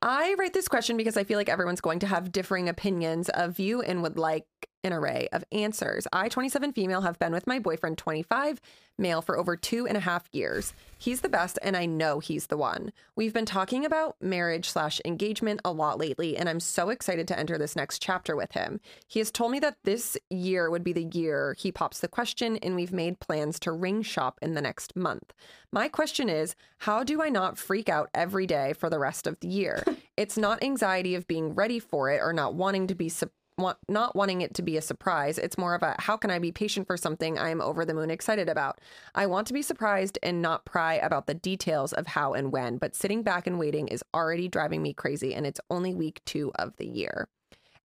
Speaker 1: I write this question because I feel like everyone's going to have differing opinions of you and would like an array of answers. I, 27 female, have been with my boyfriend, 25 male, for over two and a half years. He's the best, and I know he's the one. We've been talking about marriage slash engagement a lot lately, and I'm so excited to enter this next chapter with him. He has told me that this year would be the year he pops the question, and we've made plans to ring shop in the next month. My question is how do I not freak out every day for the rest of the year? it's not anxiety of being ready for it or not wanting to be su- want, not wanting it to be a surprise. It's more of a how can I be patient for something I am over the moon excited about? I want to be surprised and not pry about the details of how and when, but sitting back and waiting is already driving me crazy, and it's only week two of the year.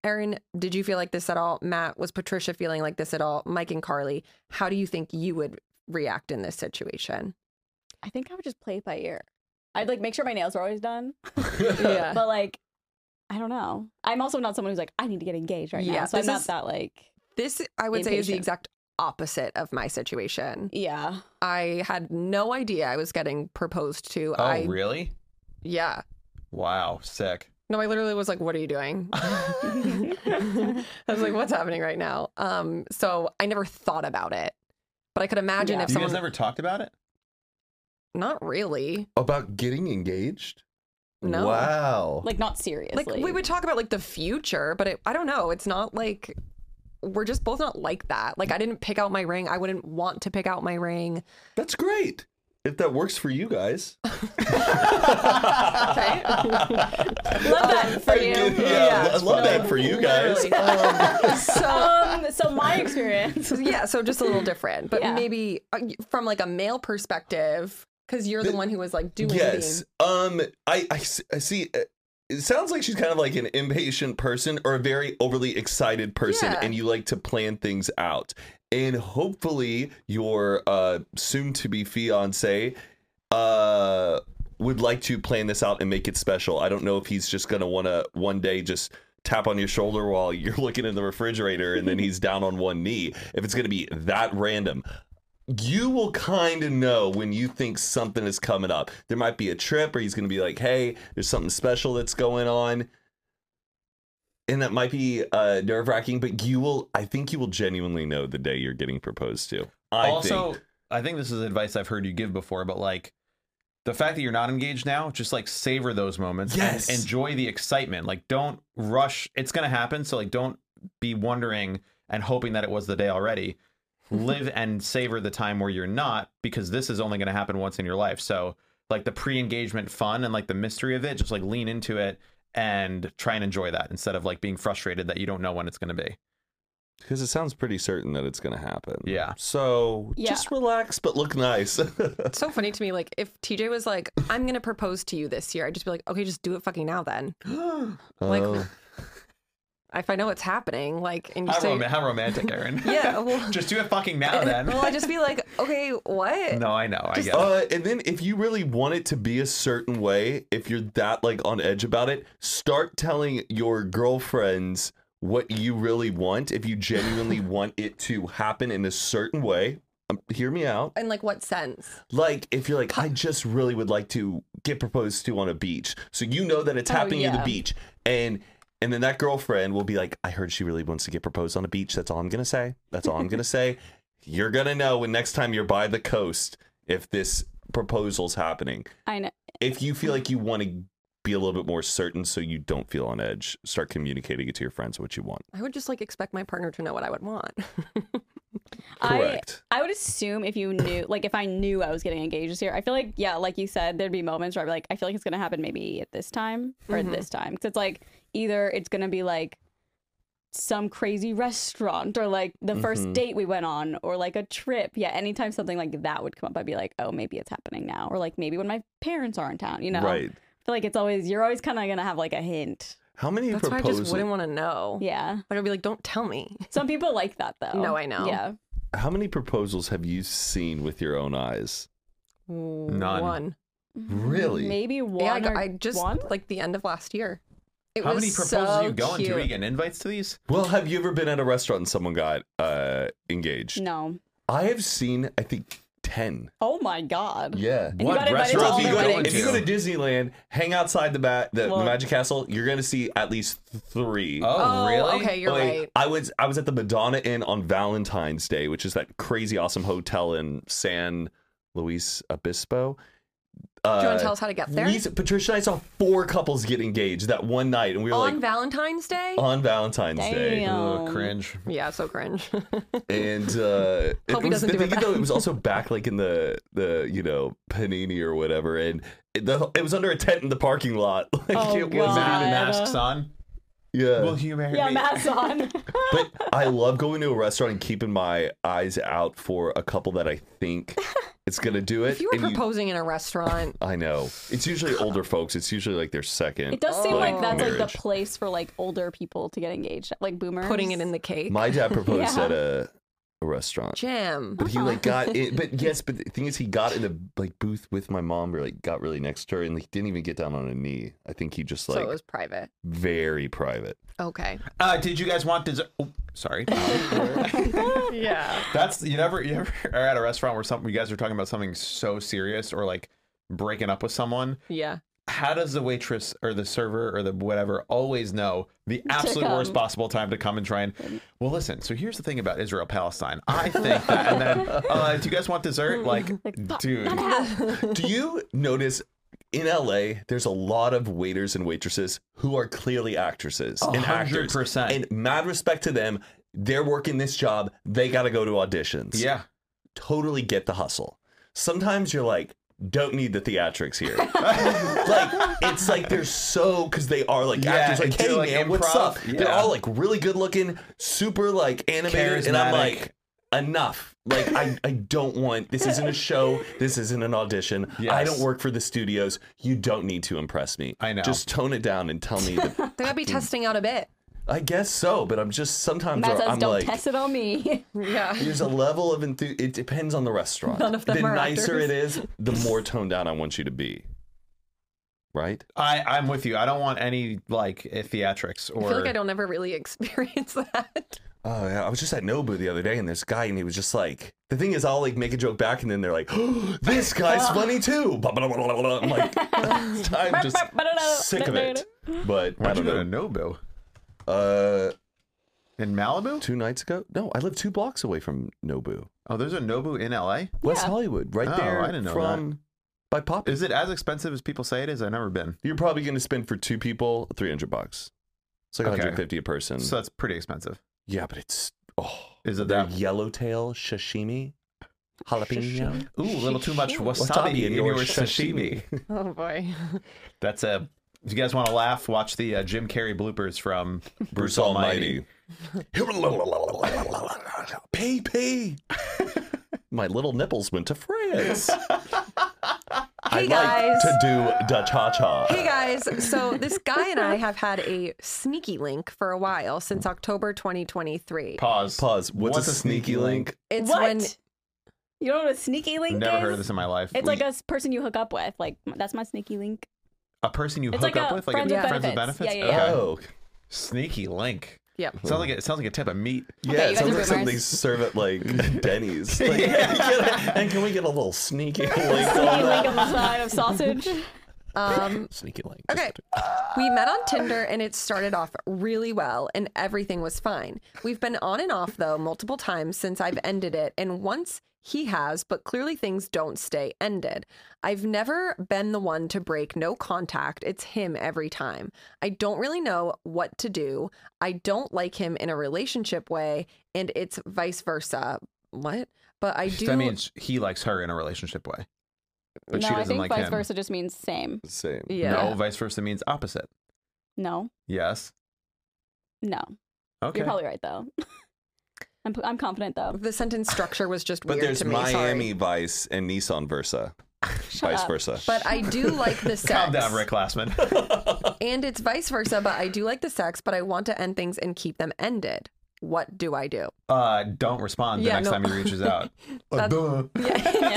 Speaker 1: Erin, did you feel like this at all? Matt, was Patricia feeling like this at all? Mike and Carly, how do you think you would react in this situation?
Speaker 4: I think I would just play it by ear. I'd like make sure my nails were always done,
Speaker 1: Yeah.
Speaker 4: but like, I don't know. I'm also not someone who's like, I need to get engaged right
Speaker 1: Yeah,
Speaker 4: now. So I'm
Speaker 1: this
Speaker 4: not
Speaker 1: is-
Speaker 4: that like,
Speaker 1: This, I would say, is the
Speaker 4: Impatient.
Speaker 1: exact opposite of my situation.
Speaker 4: yeah.
Speaker 1: I had no idea I was getting proposed to.
Speaker 2: Oh,
Speaker 1: I
Speaker 2: really?
Speaker 1: yeah.
Speaker 2: Wow, sick.
Speaker 1: No, I literally was like, "What are you doing?" I was like, "What's happening right now?" Um, so I never thought about it, but I could imagine
Speaker 4: Yeah.
Speaker 1: if
Speaker 2: you
Speaker 1: someone
Speaker 2: guys never talked about it?
Speaker 1: not really.
Speaker 3: About getting engaged?
Speaker 1: No.
Speaker 3: Wow.
Speaker 4: Like not
Speaker 1: Like
Speaker 4: seriously.
Speaker 1: we would talk about like the future, but it, I don't know. It's not like we're just both not like that. Like I didn't pick out my ring. I wouldn't want to pick out my ring.
Speaker 3: That's great. If that works for you guys.
Speaker 1: Okay.
Speaker 4: love that for you.
Speaker 3: Yeah,
Speaker 1: Yeah.
Speaker 3: I love that for you guys.
Speaker 1: Literally. Um, so
Speaker 4: Um, so my experience.
Speaker 1: yeah, so just a little different, but
Speaker 4: Yeah.
Speaker 1: maybe uh, from like a male perspective, because you're the
Speaker 3: The-
Speaker 1: one who was like doing
Speaker 3: Yes. Um. I, I s- I see. uh, It sounds like she's kind of like an impatient person or a very overly excited person,
Speaker 1: Yeah.
Speaker 3: and you like to plan things out. And hopefully, your uh, soon-to-be fiance uh, would like to plan this out and make it special. I don't know if he's just gonna want to one day just tap on your shoulder while you're looking in the refrigerator, and then he's down on one knee. If it's gonna be that random, you will kind of know when you think something is coming up. There might be a trip, or he's going to be like, "Hey, there's something special that's going on," and that might be uh, nerve wracking. But you will, I think, you will genuinely know the day you're getting proposed to. I
Speaker 2: also,
Speaker 3: think.
Speaker 2: I think this is advice I've heard you give before, but like the fact that you're not engaged now, just like savor those moments
Speaker 3: Yes.
Speaker 2: and enjoy the excitement. Like, don't rush. It's gonna happen, so like, don't be wondering and hoping that it was the day already. Live and savor the time where you're not, because this is only gonna happen once in your life. So, like the pre-engagement fun and like the mystery of it, just like lean into it and try and enjoy that instead of like being frustrated that you don't know when it's gonna be.
Speaker 3: because it sounds pretty certain that it's going to happen.
Speaker 2: Yeah.
Speaker 3: So
Speaker 4: Yeah.
Speaker 3: just relax, but look nice.
Speaker 1: It's so funny to me. Like if TJ was like, "I'm gonna propose to you this year," I'd just be like, "Okay, just do it fucking now then." Like
Speaker 3: Oh.
Speaker 1: if I know it's happening, like and you
Speaker 2: How,
Speaker 1: say,
Speaker 2: rom- how romantic, Erin.
Speaker 1: "Yeah," well,
Speaker 2: Just do it fucking now then.
Speaker 1: well, I just be like, "Okay, what?"
Speaker 2: No, I know. I get it.
Speaker 3: Uh, and then if you really want it to be a certain way, if you're that like on edge about it, start telling your girlfriends what you really want. If you genuinely want it to happen in a certain way, um, hear me out.
Speaker 1: In like what sense?
Speaker 3: Like if you're like, I just really would like to get proposed to on a beach, so you know that it's
Speaker 4: Oh,
Speaker 3: happening at the
Speaker 4: yeah.
Speaker 3: beach, and and then that girlfriend will be like, I heard she really wants to get proposed on a beach. That's all I'm gonna say. That's all I'm gonna say. You're gonna know when next time you're by the coast if this proposal's happening.
Speaker 4: I know.
Speaker 3: If you feel like you want to be a little bit more certain, so you don't feel on edge, start communicating it to your friends what you want.
Speaker 1: I would just like expect my partner to know what I would want.
Speaker 4: I
Speaker 3: Correct.
Speaker 4: I would assume if you knew, like, if I knew I was getting engaged this year, I feel like, yeah, like you said, there'd be moments where I'd be like, I feel like it's gonna happen maybe at this time or
Speaker 1: Mm-hmm.
Speaker 4: at this time, because it's like either it's gonna be like some crazy restaurant or like the
Speaker 1: Mm-hmm.
Speaker 4: first date we went on or like a trip. Yeah, anytime something like that would come up, I'd be like, oh, maybe it's happening now, or like maybe when my parents are in town. You know,
Speaker 3: Right.
Speaker 4: I feel like it's always you're always kind of gonna have like a hint.
Speaker 3: How many
Speaker 1: That's why I
Speaker 3: proposals?
Speaker 1: just wouldn't want to know.
Speaker 4: Yeah,
Speaker 1: Like I'd be like, "Don't tell me."
Speaker 4: some people like that though.
Speaker 1: No, I know.
Speaker 4: Yeah,
Speaker 3: How many proposals have you seen with your own eyes?
Speaker 2: None.
Speaker 1: One. Mm,
Speaker 3: Really?
Speaker 4: maybe one.
Speaker 1: yeah, I, got-
Speaker 4: or
Speaker 1: I just
Speaker 4: one?
Speaker 1: like the end of last year. It
Speaker 2: How
Speaker 1: was
Speaker 2: many proposals
Speaker 1: so
Speaker 2: are you going to?
Speaker 1: cute.
Speaker 2: Are you getting invites to these?
Speaker 3: Well, have you ever been at a restaurant and someone got uh, engaged?
Speaker 4: no.
Speaker 3: I have seen, I think, 10.
Speaker 4: Oh my god.
Speaker 3: Yeah.
Speaker 4: And you
Speaker 2: What
Speaker 4: got invited to
Speaker 2: restaurant
Speaker 4: all
Speaker 3: if, you
Speaker 4: their
Speaker 3: go,
Speaker 4: weddings.
Speaker 3: if you go to Disneyland, hang outside the, ba- the, the
Speaker 4: Well-
Speaker 3: Magic Castle, you're going to see at least three.
Speaker 1: Oh, okay, you're
Speaker 3: Like,
Speaker 1: right.
Speaker 3: I was I was at the Madonna Inn on Valentine's Day, which is that crazy awesome hotel in San Luis Obispo. Uh,
Speaker 1: Do you want to tell us how to get there?
Speaker 3: we- Patricia and I saw four couples get engaged that one night, and we were
Speaker 1: on
Speaker 3: like
Speaker 1: Valentine's Day?
Speaker 3: on Valentine's Day.
Speaker 4: Damn.
Speaker 2: cringe.
Speaker 1: yeah, so cringe.
Speaker 3: and uh, it,
Speaker 1: Hope he
Speaker 3: was,
Speaker 1: doesn't
Speaker 3: the
Speaker 1: do it
Speaker 3: thing, though,
Speaker 1: back.
Speaker 3: it was also back like in the the you know panini or whatever, and it, the, it was under a tent in the parking lot. Like
Speaker 4: Oh,
Speaker 3: it
Speaker 4: God.
Speaker 3: was
Speaker 2: Matt
Speaker 4: God.
Speaker 2: masks on.
Speaker 3: Yeah.
Speaker 2: Will you marry
Speaker 4: yeah,
Speaker 2: me?
Speaker 4: masks on.
Speaker 3: but I love going to a restaurant and keeping my eyes out for a couple that I think it's gonna do it.
Speaker 1: If you were
Speaker 3: and
Speaker 1: proposing in a restaurant,
Speaker 3: I know it's usually older folks. It's usually like their second.
Speaker 4: it does seem like that's like
Speaker 3: marriage.
Speaker 4: the place for like older people to get engaged, like boomers.
Speaker 1: putting it in the cake,
Speaker 3: My dad proposed
Speaker 4: Yeah.
Speaker 3: at a, a restaurant.
Speaker 1: Jim.
Speaker 3: But he like
Speaker 1: Uh-huh.
Speaker 3: got it. But yes, but the thing is, he got in the like booth with my mom. Or like got really next to her, and he didn't even get down on a knee. I think he just
Speaker 1: So
Speaker 3: like
Speaker 1: it was private.
Speaker 3: very private.
Speaker 1: Okay.
Speaker 2: Uh, did you guys want dessert? Oh, sorry.
Speaker 1: Yeah.
Speaker 2: That's you never you ever are at a restaurant where something you guys are talking about something so serious or like breaking up with someone.
Speaker 1: Yeah.
Speaker 2: How does the waitress or the server or the whatever always know the absolute worst
Speaker 4: come.
Speaker 2: possible time to come and try and well listen, so here's the thing about Israel Palestine. I think that and then uh, do you guys want dessert? Like dude.
Speaker 3: Do you notice in LA, there's a lot of waiters and waitresses who are clearly actresses and actors.
Speaker 2: 100%.
Speaker 3: And mad respect to them. They're working this job. They got to go to auditions.
Speaker 2: Yeah.
Speaker 3: Totally get the hustle. Sometimes you're like, don't need the theatrics here. like, it's like they're so, because they are like
Speaker 2: Yeah,
Speaker 3: actors,
Speaker 2: and
Speaker 3: like,
Speaker 2: do,
Speaker 3: hey
Speaker 2: like,
Speaker 3: man, what's
Speaker 2: improv.
Speaker 3: up? They're
Speaker 2: Yeah.
Speaker 3: all like really good looking, super like animated. And I'm
Speaker 2: Charismatic.
Speaker 3: like, enough. Like I, I don't want this isn't a show. This isn't an audition. I
Speaker 2: Yes.
Speaker 3: don't work for the studios. You don't need to impress me.
Speaker 2: I know.
Speaker 3: Just tone it down and tell me that
Speaker 1: They gotta be testing out a bit.
Speaker 3: I guess so, but I'm just sometimes
Speaker 4: Matt says,
Speaker 3: I'm
Speaker 4: "Don't
Speaker 3: like
Speaker 4: test it on me."
Speaker 1: Yeah.
Speaker 3: there's a level of enthu- it depends on the restaurant.
Speaker 1: None of them
Speaker 3: the
Speaker 1: are
Speaker 3: nicer
Speaker 1: actors.
Speaker 3: it is, the more toned down I want you to be. Right?
Speaker 2: I, I'm with you. I don't want any like eh, theatrics or
Speaker 1: I feel like I don't ever really experience that.
Speaker 3: Oh yeah, I was just at Nobu the other day, and this guy, and he was just like, the thing is, I'll like make a joke back, and then they're like, this guy's funny too. Blah, blah, blah, blah, blah. I'm like, I'm just sick of it. But I
Speaker 2: Why'd you
Speaker 3: don't
Speaker 2: go to
Speaker 3: know.
Speaker 2: Nobu?
Speaker 3: Uh,
Speaker 2: In Malibu?
Speaker 3: two nights ago, no, I live two blocks away from Nobu,
Speaker 2: Oh, there's a Nobu in LA?
Speaker 3: West
Speaker 4: Yeah.
Speaker 3: Hollywood, right
Speaker 2: Oh,
Speaker 3: there.
Speaker 2: I didn't know
Speaker 3: from by pop.
Speaker 2: Is it as expensive as people say it is? I've never been.
Speaker 3: You're probably going to spend for two people three hundred bucks. It's like
Speaker 2: Okay.
Speaker 3: 150 a person.
Speaker 2: So that's pretty expensive.
Speaker 3: yeah, but it's oh,
Speaker 2: Is it
Speaker 3: their
Speaker 2: that?
Speaker 3: yellowtail sashimi, jalapeno.
Speaker 2: Ooh, a little too much wasabi, in your sashimi.
Speaker 1: Oh boy.
Speaker 2: That's a. If you guys want to laugh, watch the uh, Jim Carrey bloopers from
Speaker 3: Bruce Almighty. PP. My little nipples went to France.
Speaker 1: Hey
Speaker 3: I
Speaker 1: guys.
Speaker 3: like to do da cha cha.
Speaker 1: Hey guys, so this guy and I have had a sneaky link for a while since October 2023.
Speaker 2: Pause.
Speaker 3: Pause. What's, a sneaky link?
Speaker 1: It's
Speaker 4: what?
Speaker 1: when
Speaker 4: You don't know what a sneaky link
Speaker 2: Never
Speaker 4: is?
Speaker 2: heard of this in my life.
Speaker 4: It's
Speaker 2: We-
Speaker 4: like a s- person you hook up with. Like that's my sneaky link.
Speaker 2: a person you hook
Speaker 4: It's like
Speaker 2: up
Speaker 4: a
Speaker 2: with, like
Speaker 4: friends
Speaker 2: a
Speaker 4: with
Speaker 2: friends with
Speaker 4: benefits.
Speaker 2: benefits.
Speaker 4: Yeah, yeah,
Speaker 2: Okay.
Speaker 3: Oh.
Speaker 2: Sneaky link.
Speaker 1: Yep.
Speaker 2: Sounds like a, it sounds like a type of meat.
Speaker 3: Yeah,
Speaker 4: Okay, you
Speaker 3: it
Speaker 4: guys
Speaker 3: sounds
Speaker 4: are
Speaker 3: like something they
Speaker 4: boomers.
Speaker 3: serve at like Denny's. Like, and can we get a little sneaky link on
Speaker 4: Sneaky link
Speaker 3: that?
Speaker 4: on the side of sausage.
Speaker 1: Um
Speaker 3: Sneaky link.
Speaker 1: Okay. We met on Tinder and it started off really well and everything was fine. We've been on and off though multiple times since I've ended it and once he has, but clearly things don't stay ended. I've never been the one to break no contact. It's him every time. I don't really know what to do. I don't like him in a relationship way and it's vice versa. What? But I do
Speaker 2: That means he likes her in a relationship way, but
Speaker 4: no,
Speaker 2: she
Speaker 4: I
Speaker 2: doesn't
Speaker 4: think
Speaker 2: like
Speaker 4: vice
Speaker 2: him.
Speaker 4: versa just means same.
Speaker 3: Same.
Speaker 1: Yeah.
Speaker 2: No, vice versa means opposite.
Speaker 4: No,
Speaker 2: Yes.
Speaker 4: no.
Speaker 2: Okay.
Speaker 4: You're probably right though. I'm I'm confident though.
Speaker 1: the sentence structure was just
Speaker 3: But
Speaker 1: weird
Speaker 3: there's
Speaker 1: to me.
Speaker 3: Miami
Speaker 1: Sorry.
Speaker 3: Vice and Nissan Versa. vice
Speaker 4: up.
Speaker 3: versa.
Speaker 1: But I do like the sex.
Speaker 2: Calm down, Rick Glassman.
Speaker 1: And it's vice versa, but I do like the sex, but I want to end things and keep them ended. What do I do?
Speaker 2: uh, don't respond the
Speaker 1: Yeah,
Speaker 2: next
Speaker 1: no.
Speaker 2: time he reaches out. Uh, duh.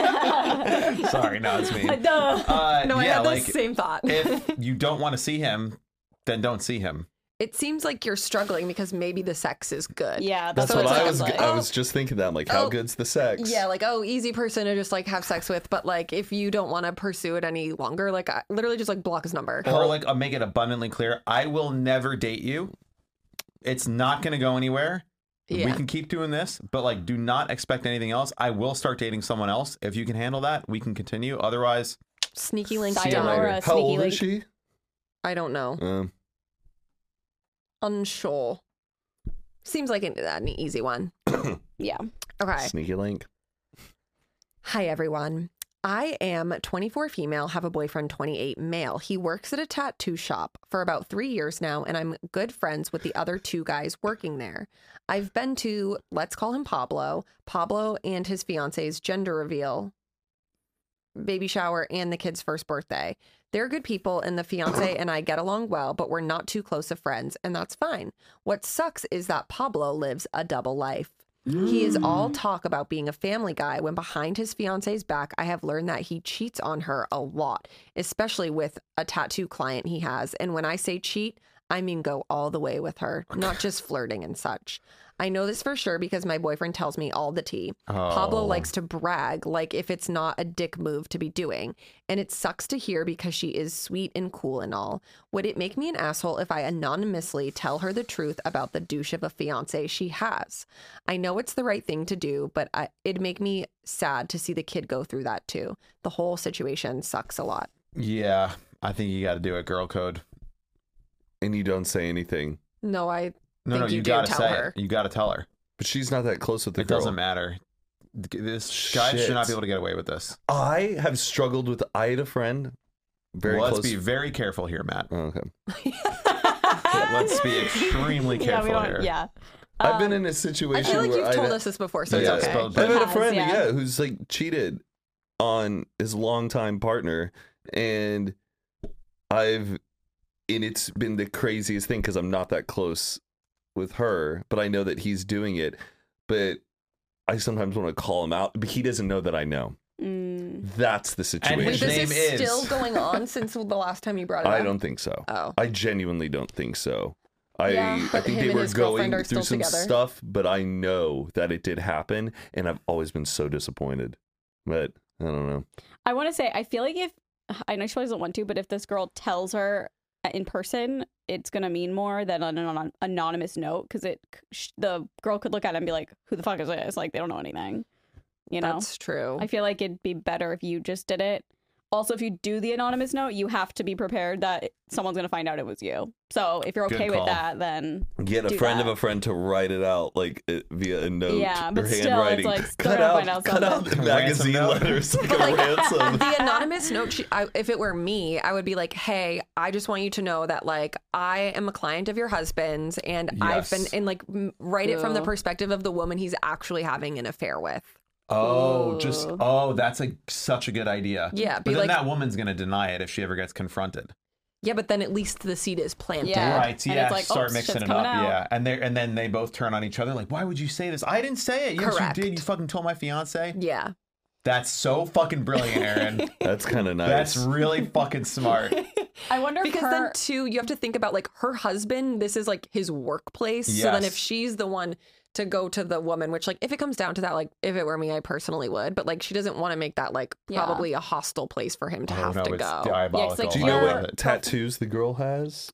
Speaker 2: Sorry, no, it's me.
Speaker 4: Duh.
Speaker 2: Uh,
Speaker 1: No, I
Speaker 2: yeah,
Speaker 1: had the
Speaker 2: like
Speaker 1: same thought.
Speaker 2: if you don't want to see him, then don't see him.
Speaker 1: it seems like you're struggling because maybe the sex is good.
Speaker 4: Yeah,
Speaker 3: That's
Speaker 1: So
Speaker 3: what
Speaker 1: it's
Speaker 3: I
Speaker 1: like-
Speaker 3: was.
Speaker 1: like,
Speaker 3: I
Speaker 1: oh.
Speaker 3: was just thinking that. I'm like, how
Speaker 1: Oh.
Speaker 3: good's the sex?
Speaker 1: Yeah, like, oh, easy person to just like have sex with, but like if you don't want to pursue it any longer, like I, literally just like block his number.
Speaker 2: Or like, I'll make it abundantly clear: I will never date you. It's not going to go anywhere. We
Speaker 1: Yeah.
Speaker 2: can keep doing this, but like, do not expect anything else. I will start dating someone else. If you can handle that, we can continue. Otherwise,
Speaker 1: Sneaky link
Speaker 4: See you
Speaker 1: down.
Speaker 4: later. a
Speaker 3: how
Speaker 4: sneaky
Speaker 3: old
Speaker 4: link.
Speaker 3: is she?
Speaker 1: I don't know.
Speaker 3: Um,
Speaker 1: Unsure. Seems like an, an easy one.
Speaker 4: Yeah.
Speaker 1: Okay.
Speaker 3: Sneaky link.
Speaker 1: Hi, everyone. I am 24 female, have a boyfriend 28 male. He works at a tattoo shop for about three years now, and I'm good friends with the other two guys working there. I've been to, let's call him Pablo, Pablo and his fiance's gender reveal, baby shower, and the kid's first birthday. They're good people, and the fiance and I get along well, but we're not too close of friends, and that's fine. What sucks is that Pablo lives a double life. He is all talk about being a family guy when behind his fiance's back, I have learned that he cheats on her a lot, especially with a tattoo client he has. And when I say cheat, I mean go all the way with her, not just flirting and such. I know this for sure because my boyfriend tells me all the tea. Pablo
Speaker 2: Oh.
Speaker 1: likes to brag, like if it's not a dick move to be doing. And it sucks to hear because she is sweet and cool and all. Would it make me an asshole if I anonymously tell her the truth about the douche of a fiance she has? I know it's the right thing to do, but I, it'd make me sad to see the kid go through that too. The whole situation sucks a lot.
Speaker 2: Yeah, I think you got to do it, girl code.
Speaker 3: and you don't say anything.
Speaker 1: No, I
Speaker 2: No,
Speaker 1: Think
Speaker 2: no, you,
Speaker 1: you do
Speaker 2: got to
Speaker 1: tell
Speaker 2: say
Speaker 1: her.
Speaker 2: it. You got to tell her.
Speaker 3: But she's not that close with the
Speaker 2: it
Speaker 3: girl.
Speaker 2: doesn't matter. This guy
Speaker 3: Shit.
Speaker 2: should not be able to get away with this.
Speaker 3: I have struggled with. I had a friend, very
Speaker 2: Let's
Speaker 3: close.
Speaker 2: be very careful here, Matt.
Speaker 3: Oh,
Speaker 1: Um,
Speaker 3: okay.
Speaker 2: Let's be extremely
Speaker 4: yeah,
Speaker 2: careful
Speaker 4: we don't.
Speaker 2: here.
Speaker 4: Yeah.
Speaker 3: I've been
Speaker 4: Um,
Speaker 3: in a
Speaker 1: I
Speaker 3: situation
Speaker 1: feel like
Speaker 3: where
Speaker 1: you've
Speaker 3: I'd-
Speaker 1: told us this before, so
Speaker 2: Yeah,
Speaker 1: it's okay.
Speaker 2: spelled
Speaker 3: I've had a
Speaker 4: Has,
Speaker 3: friend,
Speaker 4: yeah.
Speaker 3: yeah. who's like cheated on his longtime partner, and I've, and it's been the craziest thing because I'm not that close with her, but I know that he's doing it, but I sometimes want to call him out, but he doesn't know that I know.
Speaker 4: Mm.
Speaker 3: That's the
Speaker 2: Wait,
Speaker 1: Wait,
Speaker 2: His
Speaker 3: situation.
Speaker 1: this
Speaker 2: name
Speaker 1: is still
Speaker 2: is-
Speaker 1: going on since the last time you brought it up.
Speaker 3: I don't think so.
Speaker 1: Oh,
Speaker 3: I genuinely don't think so. I,
Speaker 4: Yeah.
Speaker 3: I
Speaker 1: Him
Speaker 3: think they
Speaker 1: and
Speaker 3: were
Speaker 1: his girlfriend
Speaker 3: going
Speaker 1: are
Speaker 3: through
Speaker 1: still
Speaker 3: some
Speaker 1: together.
Speaker 3: stuff, but I know that it did happen, and I've always been so disappointed. But I don't know.
Speaker 4: I want to say I feel like if I know she probably doesn't want to, but if this girl tells her uh, in person, it's gonna mean more than an anon- anonymous note because it sh- the girl could look at it and be like, "Who the fuck is this?" Like they don't know anything, you know.
Speaker 1: that's true.
Speaker 4: I feel like it'd be better if you just did it. Also, if you do the anonymous note, you have to be prepared that someone's gonna find out it was you. So if you're
Speaker 2: Good
Speaker 4: okay
Speaker 2: call.
Speaker 4: with that, then
Speaker 3: Get a
Speaker 4: Do
Speaker 3: friend
Speaker 4: that.
Speaker 3: of a friend to write it out, like uh, via a note
Speaker 4: Yeah,
Speaker 3: or
Speaker 4: but still, it's
Speaker 3: handwriting.
Speaker 4: like, still
Speaker 3: cut
Speaker 4: gotta
Speaker 3: out,
Speaker 4: find out
Speaker 3: cut out the
Speaker 2: something.
Speaker 3: magazine
Speaker 2: Ransom note.
Speaker 3: letters like a
Speaker 1: Like-
Speaker 3: ransom.
Speaker 1: the anonymous note she, I, if it were me i would be like hey i just want you to know that like i am a client of your husband's and i've been
Speaker 2: Yes.
Speaker 1: and like m- write it from the
Speaker 4: Ooh.
Speaker 1: perspective of the woman he's actually having an affair with
Speaker 2: Oh, just
Speaker 4: Ooh.
Speaker 2: oh, that's a such a good idea.
Speaker 1: Yeah,
Speaker 2: but
Speaker 1: be
Speaker 2: then
Speaker 1: like-
Speaker 2: that woman's gonna deny it if she ever gets confronted.
Speaker 1: yeah but then at least the seed is planted
Speaker 4: Yeah.
Speaker 2: Right?
Speaker 4: And
Speaker 2: yeah.
Speaker 4: it's like,
Speaker 2: Start
Speaker 4: oops,
Speaker 2: mixing
Speaker 4: shit's
Speaker 2: it up.
Speaker 4: coming out.
Speaker 2: Yeah, and they and then they both turn on each other. Like, why would you say this? I didn't say it. Yes,
Speaker 1: Correct.
Speaker 2: you did. You fucking told my fiance.
Speaker 1: yeah
Speaker 2: That's so fucking brilliant, Aaron.
Speaker 3: That's kind of nice.
Speaker 2: That's really fucking smart.
Speaker 4: I wonder if
Speaker 1: because
Speaker 4: her-
Speaker 1: then too you have to think about like her husband this is like his workplace so then
Speaker 2: Yes.
Speaker 1: if she's the one to go to the woman which like if it comes down to that like if it were me i personally would but like she doesn't want to make that like
Speaker 4: Yeah.
Speaker 1: probably a hostile place for him to
Speaker 2: Oh,
Speaker 1: have
Speaker 2: no,
Speaker 1: to
Speaker 2: it's
Speaker 1: go
Speaker 2: diabolical.
Speaker 3: Do you know
Speaker 2: I love
Speaker 4: Your-
Speaker 3: what tattoos the girl has?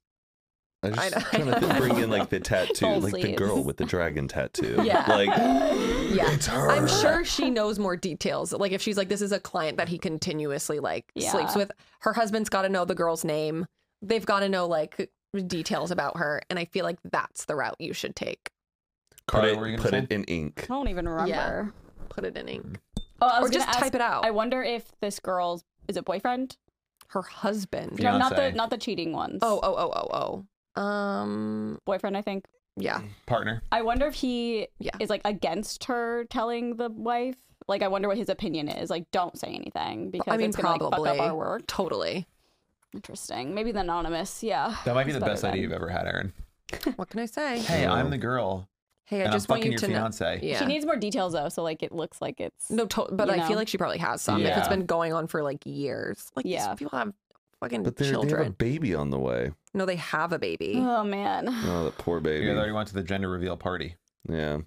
Speaker 3: I
Speaker 1: I
Speaker 3: just
Speaker 1: know-
Speaker 3: trying to think- bring in like the tattoo,
Speaker 4: Full
Speaker 3: like the
Speaker 4: sleeves.
Speaker 3: girl with the dragon tattoo.
Speaker 1: Yeah.
Speaker 3: Like,
Speaker 1: Yeah.
Speaker 3: it's her.
Speaker 1: I'm sure she knows more details. Like if she's like, this is a client that he continuously like
Speaker 4: Yeah.
Speaker 1: sleeps with. Her husband's got to know the girl's name. They've got to know like details about her. And I feel like that's the route you should take.
Speaker 3: Put,
Speaker 2: Carter,
Speaker 3: it,
Speaker 2: what were you gonna
Speaker 3: put
Speaker 2: say?
Speaker 3: it in ink.
Speaker 4: I
Speaker 1: Oh,
Speaker 4: don't even remember.
Speaker 1: Put it in ink,
Speaker 4: Oh, I
Speaker 1: or
Speaker 4: was
Speaker 1: just
Speaker 4: gonna ask,
Speaker 1: type it out.
Speaker 4: I wonder if this girl's is it boyfriend?
Speaker 1: her husband.
Speaker 4: No, not the
Speaker 2: Fiance.
Speaker 4: not the cheating ones.
Speaker 1: Oh oh oh oh oh. Um.
Speaker 4: boyfriend, I think.
Speaker 2: Mm.
Speaker 1: Yeah.
Speaker 2: partner.
Speaker 4: I wonder if he
Speaker 1: Yeah.
Speaker 4: is like against her telling the wife. Like, I wonder what his opinion is. Like, don't say anything because
Speaker 1: I mean,
Speaker 4: it's gonna,
Speaker 1: probably.
Speaker 4: like, fuck up our work.
Speaker 1: Totally.
Speaker 4: Interesting. Maybe the anonymous. Yeah.
Speaker 2: That might be
Speaker 4: It's
Speaker 2: the
Speaker 4: better
Speaker 2: best idea
Speaker 4: than-
Speaker 2: you've ever had, Aaron.
Speaker 1: What can I say?
Speaker 2: Hey,
Speaker 3: No.
Speaker 2: I'm the girl,
Speaker 1: Hey, I
Speaker 2: and
Speaker 1: just
Speaker 2: I'm
Speaker 1: want
Speaker 2: fucking
Speaker 1: you
Speaker 2: your
Speaker 1: to know.
Speaker 2: fiance.
Speaker 1: Yeah.
Speaker 4: She needs more details though, so like it looks like it's
Speaker 1: no, to- but
Speaker 4: you
Speaker 1: I feel
Speaker 4: know.
Speaker 1: like she probably has some. If
Speaker 2: Yeah.
Speaker 1: it's been going on for like years, like yeah,
Speaker 4: Yeah.
Speaker 1: these people have fucking
Speaker 3: But they're- they have a
Speaker 1: children.
Speaker 3: baby on the way.
Speaker 1: No, they have a baby.
Speaker 4: Oh man.
Speaker 3: Oh, that poor baby.
Speaker 2: You already went to the gender reveal party.
Speaker 3: Yeah.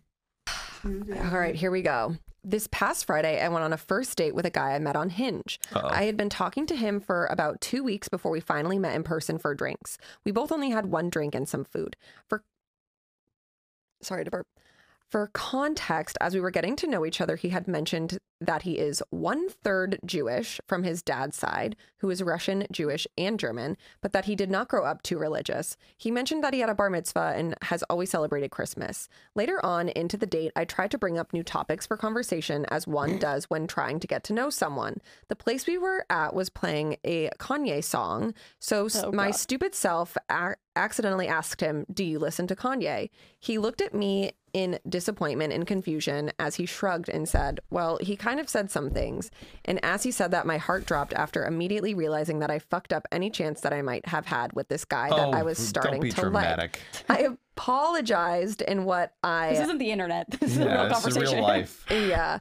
Speaker 1: All right, here we go. This past Friday, I went on a first date with a guy I met on Hinge.
Speaker 2: Uh-oh.
Speaker 1: I had been talking to him for about two weeks before we finally met in person for drinks. We both only had one drink and some food. For sorry to burp. For context, as we were getting to know each other, he had mentioned that he is one third Jewish from his dad's side, who is Russian, Jewish, and German, but that he did not grow up too religious. He mentioned that he had a bar mitzvah and has always celebrated Christmas. Later on into the date, I tried to bring up new topics for conversation as
Speaker 4: Mm.
Speaker 1: one does when trying to get to know someone. The place we were at was playing a Kanye song, so s-
Speaker 4: Oh,
Speaker 1: my
Speaker 4: God.
Speaker 1: stupid self ac- accidentally asked him, Do you listen to Kanye? He looked at me in disappointment and confusion as he shrugged and said, Well, he kind of said some things. And as he said that, my heart dropped after immediately realizing that I fucked up any chance that I might have had with this guy that I was starting
Speaker 2: Oh, don't be
Speaker 1: to like.
Speaker 2: dramatic.
Speaker 1: I apologized in what I
Speaker 4: This isn't the internet. This is a
Speaker 2: Yeah,
Speaker 4: real
Speaker 2: this is
Speaker 4: conversation.
Speaker 2: real life.
Speaker 1: yeah.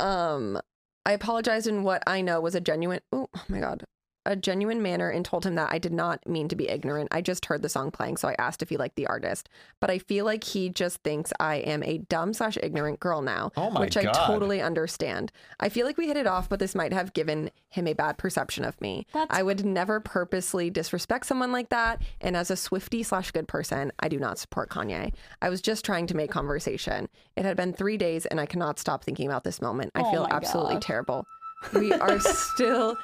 Speaker 1: Um, I apologized in what I know was a genuine. ooh, Oh my god, a genuine manner, and told him that I did not mean to be ignorant. I just heard the song playing, so I asked if he liked the artist. But I feel like he just thinks I am a dumb slash ignorant girl now,
Speaker 2: Oh my
Speaker 1: which I
Speaker 2: God.
Speaker 1: totally understand. I feel like we hit it off, but this might have given him a bad perception of me.
Speaker 4: That's-
Speaker 1: I would never purposely disrespect someone like that. And as a Swifty slash good person, I do not support Kanye. I was just trying to make conversation. It had been three days and I cannot stop thinking about this moment. I
Speaker 4: Oh
Speaker 1: feel
Speaker 4: my
Speaker 1: absolutely
Speaker 4: God.
Speaker 1: terrible. We are still.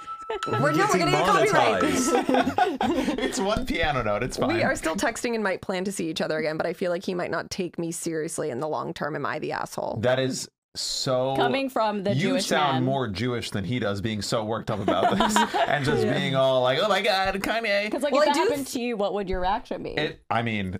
Speaker 1: We're, no, we're
Speaker 3: Getting
Speaker 1: going to get copyright.
Speaker 2: monetized. it's one piano note. It's fine.
Speaker 1: We are still texting and might plan to see each other again, but I feel like he might not take me seriously in the long term. Am I the asshole?
Speaker 2: That is so.
Speaker 4: Coming from the
Speaker 2: you
Speaker 4: Jewish
Speaker 2: sound
Speaker 4: man.
Speaker 2: more Jewish than he does, being so worked up about this and just being all like, "Oh my God, Kanye."
Speaker 4: Because like
Speaker 1: Well,
Speaker 4: if
Speaker 1: I
Speaker 4: that
Speaker 1: do
Speaker 4: happened to you, what would your reaction be?
Speaker 2: It, I mean,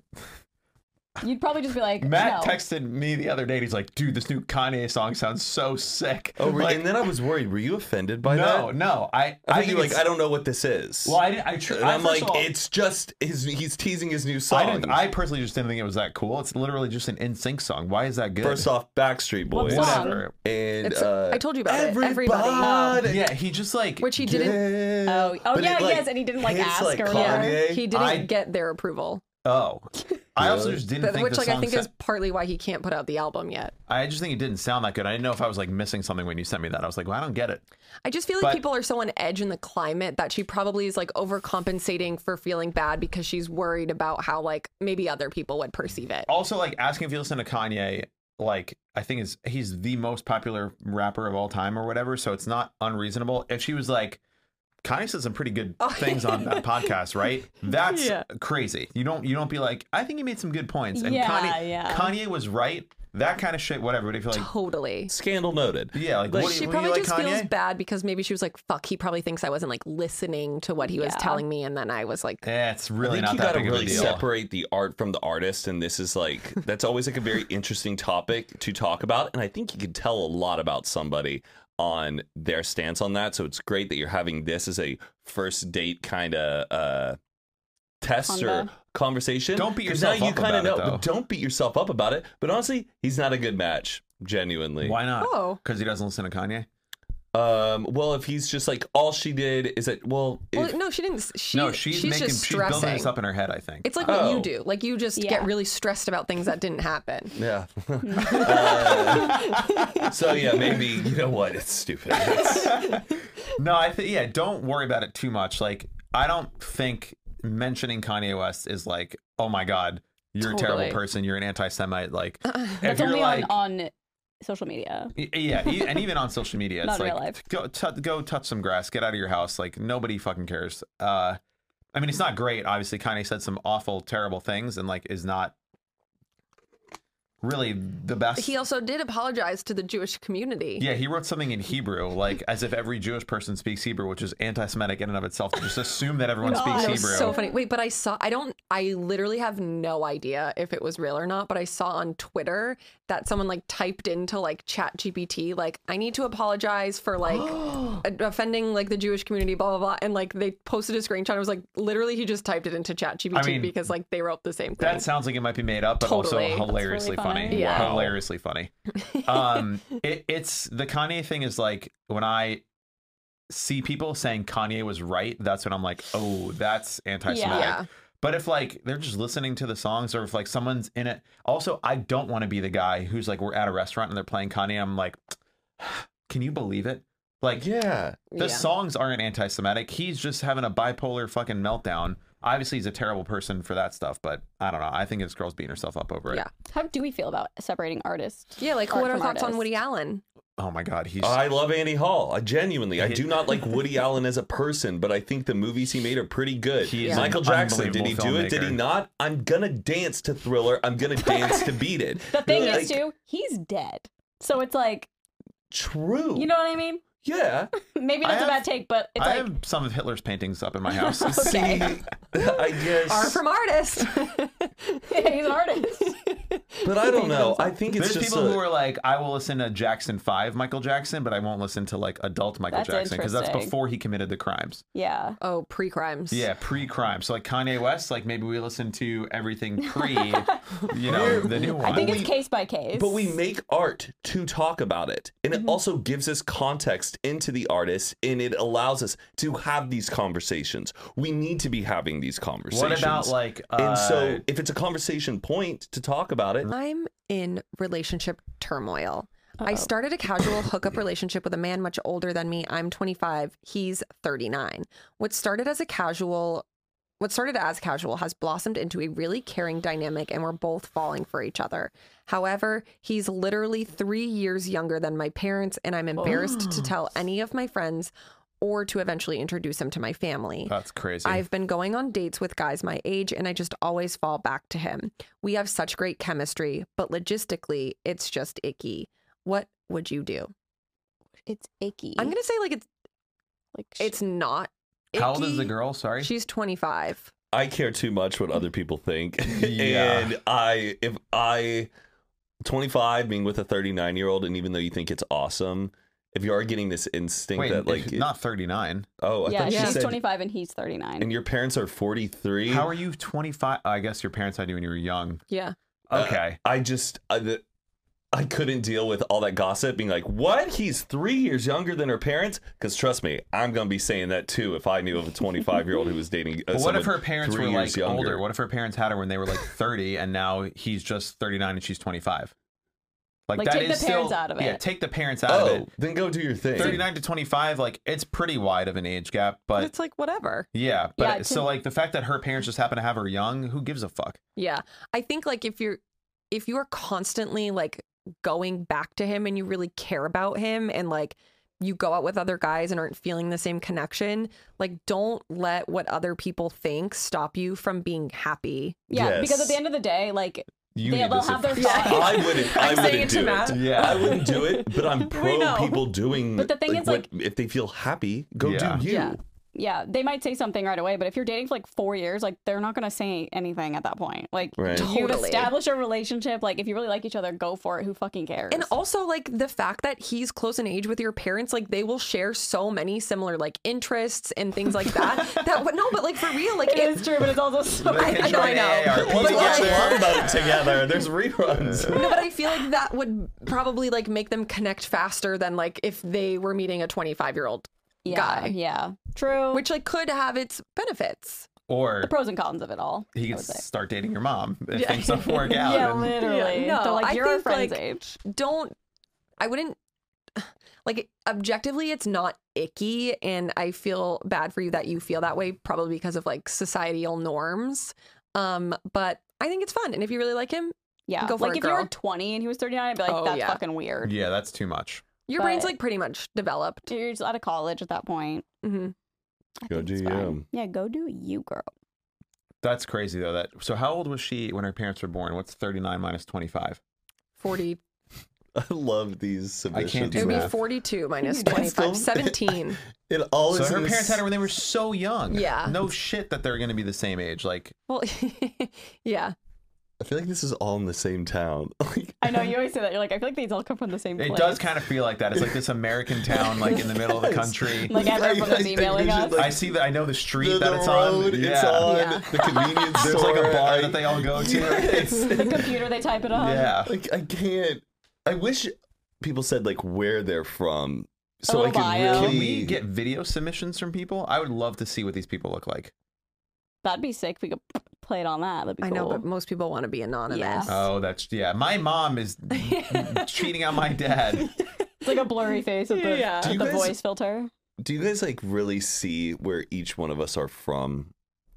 Speaker 4: You'd probably just be like,
Speaker 2: Matt
Speaker 4: no.
Speaker 2: texted me the other day. And he's like, "Dude, this new Kanye song sounds so sick."
Speaker 3: Oh, re-
Speaker 2: Like,
Speaker 3: and then I was worried. Were you offended by
Speaker 2: no,
Speaker 3: that?
Speaker 2: no, I,
Speaker 3: I think you're like,
Speaker 2: it's-
Speaker 3: I don't know what this is.
Speaker 2: Well, I, didn't- I, tr-
Speaker 3: and
Speaker 2: I
Speaker 3: I'm
Speaker 2: first
Speaker 3: like,
Speaker 2: of all-
Speaker 3: it's just his. He's teasing his new song.
Speaker 2: I didn't. I personally just didn't think it was that cool. It's literally just an NSYNC song. Why is that good?
Speaker 3: First off, Backstreet Boys.
Speaker 4: song?
Speaker 2: whatever.
Speaker 3: And
Speaker 1: It's-
Speaker 3: uh,
Speaker 1: I told you about it.
Speaker 3: everybody.
Speaker 1: Everybody. Um,
Speaker 2: Yeah, he just like
Speaker 1: Which he didn't.
Speaker 4: Oh, oh
Speaker 3: But
Speaker 4: yeah,
Speaker 3: it, like,
Speaker 4: yes, and he didn't like
Speaker 3: hits,
Speaker 4: ask
Speaker 3: like,
Speaker 4: or
Speaker 3: Kanye.
Speaker 4: whatever.
Speaker 1: He didn't
Speaker 2: I-
Speaker 1: get their approval,
Speaker 2: Oh, I also just didn't
Speaker 1: But-
Speaker 2: think
Speaker 1: which,
Speaker 2: the
Speaker 1: like,
Speaker 2: song
Speaker 1: I think
Speaker 2: sa-
Speaker 1: is partly why he can't put out the album yet.
Speaker 2: I just think it didn't sound that good. I didn't know if I was like missing something when you sent me that. I was like, well, I don't get it.
Speaker 1: I just feel like
Speaker 2: But-
Speaker 1: people are so on edge in the climate that she probably is like overcompensating for feeling bad because she's worried about how like maybe other people would perceive it.
Speaker 2: Also, like asking if you listen to Kanye, like I think is he's the most popular rapper of all time or whatever. So it's not unreasonable. If she was like, Kanye said some pretty good things on that podcast, right? That's
Speaker 1: Oh, Yeah.
Speaker 2: crazy. You don't you don't be like, I think he made some good points. And
Speaker 4: Yeah,
Speaker 2: Kanye
Speaker 4: yeah.
Speaker 2: Kanye was right. That kind of shit, whatever. But if you're like,
Speaker 1: Totally.
Speaker 3: Scandal noted.
Speaker 2: yeah, like, what do you,
Speaker 1: She
Speaker 2: what do you
Speaker 1: probably just
Speaker 2: like Kanye?
Speaker 1: feels bad because maybe she was like, fuck, he probably thinks I wasn't like listening to what he was
Speaker 4: Yeah.
Speaker 1: telling me. And then I was like,
Speaker 2: Eh, it's
Speaker 3: I
Speaker 2: really
Speaker 3: think
Speaker 2: not
Speaker 3: you
Speaker 2: that
Speaker 3: gotta
Speaker 2: big
Speaker 3: really
Speaker 2: of a deal.
Speaker 3: separate the art from the artist, and this is like that's always like a very interesting topic to talk about, and I think you can tell a lot about somebody on their stance on that. So it's great that you're having this as a first date kind of uh, test
Speaker 4: Convo.
Speaker 3: or conversation.
Speaker 2: Don't beat
Speaker 3: 'Cause
Speaker 2: yourself
Speaker 3: now you
Speaker 2: up
Speaker 3: kinda
Speaker 2: about it,
Speaker 3: know, but
Speaker 2: though.
Speaker 3: don't beat yourself up about it. But honestly, he's not a good match. Genuinely,
Speaker 2: Why not?
Speaker 1: oh,
Speaker 2: Because he doesn't listen to Kanye.
Speaker 3: Um, well, if he's just like all she did is that, well,
Speaker 1: well,
Speaker 3: if-
Speaker 1: no, she didn't. She,
Speaker 2: no, she's,
Speaker 1: she's
Speaker 2: making
Speaker 1: just
Speaker 2: she's building
Speaker 1: stressing.
Speaker 2: this up in her head. I think.
Speaker 1: It's like what
Speaker 3: Oh.
Speaker 1: you do. Like you just get
Speaker 4: Yeah.
Speaker 1: really stressed about things that didn't happen.
Speaker 3: Yeah. Uh, so yeah, maybe you know what? It's stupid. It's-
Speaker 2: no, I think yeah. Don't worry about it too much. Like I don't think mentioning Kanye West is like, oh my god, you're a
Speaker 1: Totally.
Speaker 2: terrible person. You're an anti-Semite. Like if
Speaker 4: That's
Speaker 2: you're
Speaker 4: only
Speaker 2: like.
Speaker 4: on, on social media.
Speaker 2: y- Yeah, e- and even on social media, it's
Speaker 4: Not in
Speaker 2: like
Speaker 4: real life.
Speaker 2: go t- go touch some grass, get out of your house. Like nobody fucking cares. Uh, I mean, it's not great. Obviously, Kanye said some awful, terrible things, and like is not really the best.
Speaker 1: He also did apologize to the Jewish community.
Speaker 2: Yeah, he wrote something in Hebrew, like as if every Jewish person speaks Hebrew, which is anti-Semitic in and of itself. To just assume that everyone
Speaker 4: God,
Speaker 2: speaks
Speaker 1: That
Speaker 2: Hebrew.
Speaker 1: was so funny. Wait, but I saw I don't I literally have no idea if it was real or not, but I saw on Twitter that someone like typed into like chat GPT like I need to apologize for like a- offending like the Jewish community blah blah blah and like they posted a screenshot. It was like literally he just typed it into chat GPT
Speaker 2: I mean,
Speaker 1: because like they wrote the same thing.
Speaker 2: That sounds like it might be made up, but
Speaker 1: Totally.
Speaker 2: also
Speaker 1: That's
Speaker 2: hilariously
Speaker 4: really funny.
Speaker 2: funny.
Speaker 1: Yeah.
Speaker 2: Hilariously funny. Um, it, it's the Kanye thing is like when I see people saying Kanye was right, that's when I'm like, oh, that's anti-Semitic.
Speaker 1: Yeah.
Speaker 2: But if like they're just listening to the songs, or if like someone's in it, also I don't want to be the guy who's like we're at a restaurant and they're playing Kanye. I'm like, can you believe it? Like
Speaker 3: yeah.
Speaker 2: The
Speaker 1: Yeah.
Speaker 2: songs aren't anti Semitic. He's just having a bipolar fucking meltdown. obviously he's a terrible person for that stuff, but I don't know. I think this girl's beating herself up over it.
Speaker 1: Yeah.
Speaker 4: How do we feel about separating artists?
Speaker 1: Yeah, like
Speaker 4: Art
Speaker 1: what are
Speaker 4: from
Speaker 1: thoughts on
Speaker 4: artist.
Speaker 1: Woody Allen?
Speaker 2: Oh my god, he's
Speaker 3: I love Andy Hall. I genuinely, I do not like Woody Allen as a person, but I think the movies he made are pretty good.
Speaker 2: He is
Speaker 3: Michael
Speaker 2: an
Speaker 3: Jackson, did he
Speaker 2: unbelievable
Speaker 3: do it? Did he
Speaker 2: filmmaker.
Speaker 3: not? I'm gonna dance to Thriller. I'm gonna dance to Beat It.
Speaker 4: The thing is,
Speaker 3: Like,
Speaker 4: too, he's dead. So it's like,
Speaker 3: true.
Speaker 4: you know what I mean?
Speaker 3: yeah.
Speaker 4: Maybe
Speaker 2: I
Speaker 4: that's a
Speaker 2: have-
Speaker 4: bad take, but it's
Speaker 2: I
Speaker 4: like,
Speaker 2: have some of Hitler's paintings up in my house.
Speaker 4: okay,
Speaker 3: I guess.
Speaker 1: Art from artist.
Speaker 4: he's an artist.
Speaker 3: but I don't know. I think it's
Speaker 2: There's
Speaker 3: just
Speaker 2: people
Speaker 3: a-
Speaker 2: who are like, I will listen to Jackson Five Michael Jackson, but I won't listen to like adult Michael
Speaker 4: That's
Speaker 2: Jackson because that's
Speaker 4: interesting.
Speaker 2: before he committed the crimes.
Speaker 4: Yeah.
Speaker 1: oh, pre crimes.
Speaker 2: Yeah, pre-crime. So like Kanye West, like maybe we listen to everything pre, you know, the new one.
Speaker 4: I think it's
Speaker 3: we-
Speaker 4: case by case.
Speaker 3: But we make art to talk about it. And
Speaker 2: Mm-hmm.
Speaker 3: it also gives us context into the artist and it allows us to have these conversations. We need to be having these conversations.
Speaker 2: what about like? Uh,
Speaker 3: And so if it's a conversation point to talk about it,
Speaker 1: I'm in relationship turmoil. I started a casual hookup relationship with a man much older than me. I'm 25, he's 39. What started as a casual what started as casual has blossomed into a really caring dynamic and we're both falling for each other. However, he's literally 3 years younger than my parents and I'm embarrassed to tell any of my friends or to eventually introduce him to my family.
Speaker 2: that's crazy.
Speaker 1: I've been going on dates with guys my age and I just always fall back to him. We have such great chemistry, but logistically, it's just icky. What would you do?
Speaker 4: it's icky.
Speaker 1: I'm going to say like it's
Speaker 4: like sh-
Speaker 1: it's not icky.
Speaker 2: How old is the girl? Sorry,
Speaker 1: She's 25.
Speaker 3: I care too much what other people think.
Speaker 2: Yeah.
Speaker 3: and I if I 25 being with a 39 year old and even though you think it's awesome, if you are getting this instinct
Speaker 2: wait,
Speaker 3: that like
Speaker 2: if- not 39.
Speaker 3: oh, I
Speaker 4: yeah,
Speaker 3: thought she
Speaker 4: she's
Speaker 3: said
Speaker 4: 25 and he's 39.
Speaker 3: and your parents are 43.
Speaker 2: How are you 25? I guess your parents had you when you were young.
Speaker 1: Yeah.
Speaker 3: uh,
Speaker 2: Okay,
Speaker 3: I just I, the, I couldn't deal with all that gossip being like, "What? He's 3 years younger than her parents?" Cuz trust me, I'm going to be saying that too if I knew of a 25-year-old who was dating uh,
Speaker 2: but what if
Speaker 3: someone
Speaker 2: her parents
Speaker 3: three
Speaker 2: were
Speaker 3: years
Speaker 2: like
Speaker 3: younger.
Speaker 2: older? What if her parents had her when they were like 30, and now he's just 39 and she's 25?
Speaker 4: Like,
Speaker 2: that
Speaker 4: take
Speaker 2: is
Speaker 4: the parents
Speaker 2: still-
Speaker 4: out of
Speaker 2: Yeah,
Speaker 4: it.
Speaker 2: take the parents out of
Speaker 3: Oh,
Speaker 2: it.
Speaker 3: then go do your thing.
Speaker 2: 39 to 25, like it's pretty wide of an age gap,
Speaker 1: But
Speaker 2: but
Speaker 1: it's like whatever.
Speaker 2: Yeah, but
Speaker 4: Yeah,
Speaker 2: so
Speaker 4: to-
Speaker 2: like the fact that her parents just happen to have her young, who gives a fuck?
Speaker 1: Yeah. I think like if you're if you are constantly like going back to him and you really care about him and like you go out with other guys and aren't feeling the same connection, like don't let what other people think stop you from being happy.
Speaker 4: yeah, because at the
Speaker 3: Yes.
Speaker 4: end of the day, like
Speaker 2: You
Speaker 4: they,
Speaker 2: need
Speaker 4: will
Speaker 2: this
Speaker 4: have their
Speaker 2: advice.
Speaker 1: Yeah.
Speaker 4: thoughts.
Speaker 3: I wouldn't I
Speaker 1: I'm saying
Speaker 3: wouldn't
Speaker 1: it to
Speaker 3: do it.
Speaker 1: Matt.
Speaker 3: I
Speaker 2: Yeah,
Speaker 3: wouldn't do it, but I'm pro
Speaker 1: know.
Speaker 3: people doing.
Speaker 4: But the thing is,
Speaker 3: what- if they feel happy, go
Speaker 2: Yeah.
Speaker 3: do you.
Speaker 1: Yeah.
Speaker 4: yeah, they might say something right away, but if you're dating for like four years, like they're not gonna say anything at that point. Like
Speaker 3: Right.
Speaker 4: you've
Speaker 1: Totally.
Speaker 4: established a relationship. Like if you really like each other, go for it. Who fucking cares?
Speaker 1: And also like the fact that he's close in age with your parents, like they will share so many similar like interests and things like that. that would no, but like for real, like
Speaker 4: it is true, but it's also so
Speaker 2: They can
Speaker 1: I know, I
Speaker 2: join
Speaker 1: know.
Speaker 2: AARP
Speaker 1: But,
Speaker 3: People
Speaker 1: like-
Speaker 3: actually
Speaker 2: together.
Speaker 3: heard about it together. There's reruns.
Speaker 1: No, but I feel like that would probably like make them connect faster than like if they were meeting a 25 year old
Speaker 4: yeah,
Speaker 1: guy,
Speaker 4: yeah, true.
Speaker 1: which like could have its benefits.
Speaker 2: Or
Speaker 4: the pros and cons of it all.
Speaker 2: he
Speaker 4: I
Speaker 2: could
Speaker 4: would say.
Speaker 2: start dating your mom if
Speaker 1: Yeah.
Speaker 2: things don't work out.
Speaker 4: Yeah,
Speaker 2: and-
Speaker 4: literally.
Speaker 1: Yeah,
Speaker 4: They're
Speaker 1: no,
Speaker 4: like
Speaker 1: I
Speaker 4: you're our
Speaker 1: think,
Speaker 4: friend's
Speaker 1: like-
Speaker 4: age.
Speaker 1: Don't, I wouldn't, like, objectively, it's not icky. And I feel bad for you that you feel that way, probably because of like societal norms. Um, but I think it's fun. And if you really like him,
Speaker 4: Yeah,
Speaker 1: Go for
Speaker 4: like
Speaker 1: it,
Speaker 4: if you were
Speaker 1: girl.
Speaker 4: 20 and he was 39, I'd be like,
Speaker 1: Oh,
Speaker 4: that's
Speaker 1: yeah.
Speaker 4: fucking weird.
Speaker 2: yeah, that's too much.
Speaker 1: your
Speaker 4: But-
Speaker 1: brain's like pretty much developed.
Speaker 4: You're just out of college at that point.
Speaker 1: hmm
Speaker 4: I
Speaker 3: Go
Speaker 4: think
Speaker 3: do
Speaker 4: it's fine.
Speaker 3: you.
Speaker 4: Yeah, go do you, girl.
Speaker 2: That's crazy though. That so how old was she when her parents were born? What's 39 minus 25?
Speaker 1: 40,
Speaker 3: I love these
Speaker 2: I
Speaker 3: submissions.
Speaker 2: can't do
Speaker 1: it would be
Speaker 2: math.
Speaker 1: 42 minus 25,
Speaker 4: That's
Speaker 3: still-
Speaker 1: 17.
Speaker 3: It all
Speaker 2: So
Speaker 3: is
Speaker 2: her
Speaker 3: Oh, this-
Speaker 2: parents had her when they were so young.
Speaker 1: Yeah.
Speaker 2: No shit that they're going to be the same age. Like
Speaker 1: Well, yeah.
Speaker 3: I feel like this is all in the same town. Like,
Speaker 4: I know you always say that. You're like, I feel like these all come from the same place.
Speaker 2: it does kind of feel like that. It's like this American town like in the middle of the country.
Speaker 4: Like everyone was
Speaker 3: I
Speaker 4: emailing
Speaker 3: envision,
Speaker 4: us.
Speaker 3: like,
Speaker 2: I see that I know the street
Speaker 3: the,
Speaker 2: that
Speaker 3: the
Speaker 2: it's
Speaker 3: road
Speaker 2: on.
Speaker 3: it's on.
Speaker 1: Yeah.
Speaker 3: The convenience
Speaker 2: There's like a
Speaker 3: store,
Speaker 2: bar
Speaker 3: I-
Speaker 2: that they all go to.
Speaker 3: Yes.
Speaker 4: the computer they type it on.
Speaker 2: Yeah.
Speaker 3: like I can't. I wish people said like where they're from, so I
Speaker 4: little
Speaker 3: could
Speaker 4: bio.
Speaker 2: Can
Speaker 3: really
Speaker 2: we get video submissions from people? I would love to see what these people look like.
Speaker 4: That'd be sick if we could play it on that. That'd be
Speaker 1: I
Speaker 4: cool.
Speaker 1: know, but most people want to be anonymous.
Speaker 4: Yeah.
Speaker 2: Oh, that's yeah. My mom is cheating on my dad.
Speaker 4: It's like a blurry face with the,
Speaker 1: Yeah.
Speaker 3: Do
Speaker 4: with
Speaker 3: you
Speaker 4: the
Speaker 3: guys-
Speaker 4: voice filter.
Speaker 3: Do you guys like really see where each one of us are from?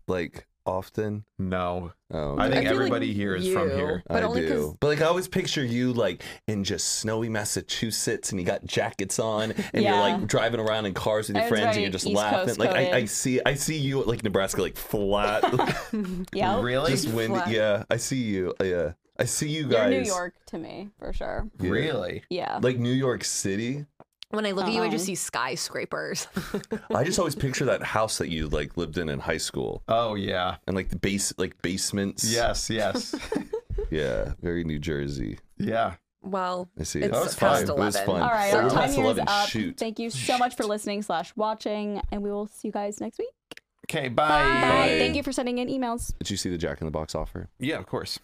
Speaker 3: Like, often?
Speaker 2: No,
Speaker 3: Oh,
Speaker 2: I
Speaker 1: I
Speaker 2: think
Speaker 3: okay.
Speaker 1: feel like
Speaker 2: everybody here is from
Speaker 1: you-
Speaker 2: here.
Speaker 1: But
Speaker 3: I
Speaker 1: only 'cause-
Speaker 3: do. But like I always picture you like in just snowy Massachusetts and you got jackets on and
Speaker 4: Yeah.
Speaker 3: you're like driving around in cars with your
Speaker 4: It's
Speaker 3: friends and
Speaker 4: very
Speaker 3: you're just
Speaker 4: East
Speaker 3: laughing.
Speaker 4: Coast
Speaker 3: Like I, I
Speaker 4: coded.
Speaker 3: see I see you at like Nebraska like flat
Speaker 4: Yeah.
Speaker 2: Really?
Speaker 3: just windy.
Speaker 1: Flat.
Speaker 3: Yeah, I see you. Yeah. I see you
Speaker 4: You're
Speaker 3: guys.
Speaker 4: New York to me for sure.
Speaker 3: Yeah.
Speaker 2: Really?
Speaker 4: Yeah.
Speaker 3: Like New York City.
Speaker 1: When I look at you, I just
Speaker 4: Uh-uh.
Speaker 1: see skyscrapers.
Speaker 3: I just always picture that house that you like lived in in high school
Speaker 2: Oh yeah.
Speaker 3: and like the base like basements.
Speaker 2: Yes. Yes.
Speaker 3: Yeah, very New Jersey.
Speaker 2: yeah.
Speaker 1: well,
Speaker 3: I see.
Speaker 1: It's
Speaker 2: That was
Speaker 1: past
Speaker 2: fun.
Speaker 3: It was
Speaker 1: 11.
Speaker 3: fun.
Speaker 4: All right,
Speaker 1: So
Speaker 4: our
Speaker 1: we're
Speaker 4: time
Speaker 3: past
Speaker 4: here is
Speaker 3: 11.
Speaker 4: up.
Speaker 3: Shoot.
Speaker 4: Thank you so much for listening slash watching, and we will see you guys next week.
Speaker 2: Okay.
Speaker 4: Bye.
Speaker 2: Bye.
Speaker 4: Thank you for sending in emails.
Speaker 3: Did you see the Jack in the Box offer?
Speaker 2: Yeah. Of course.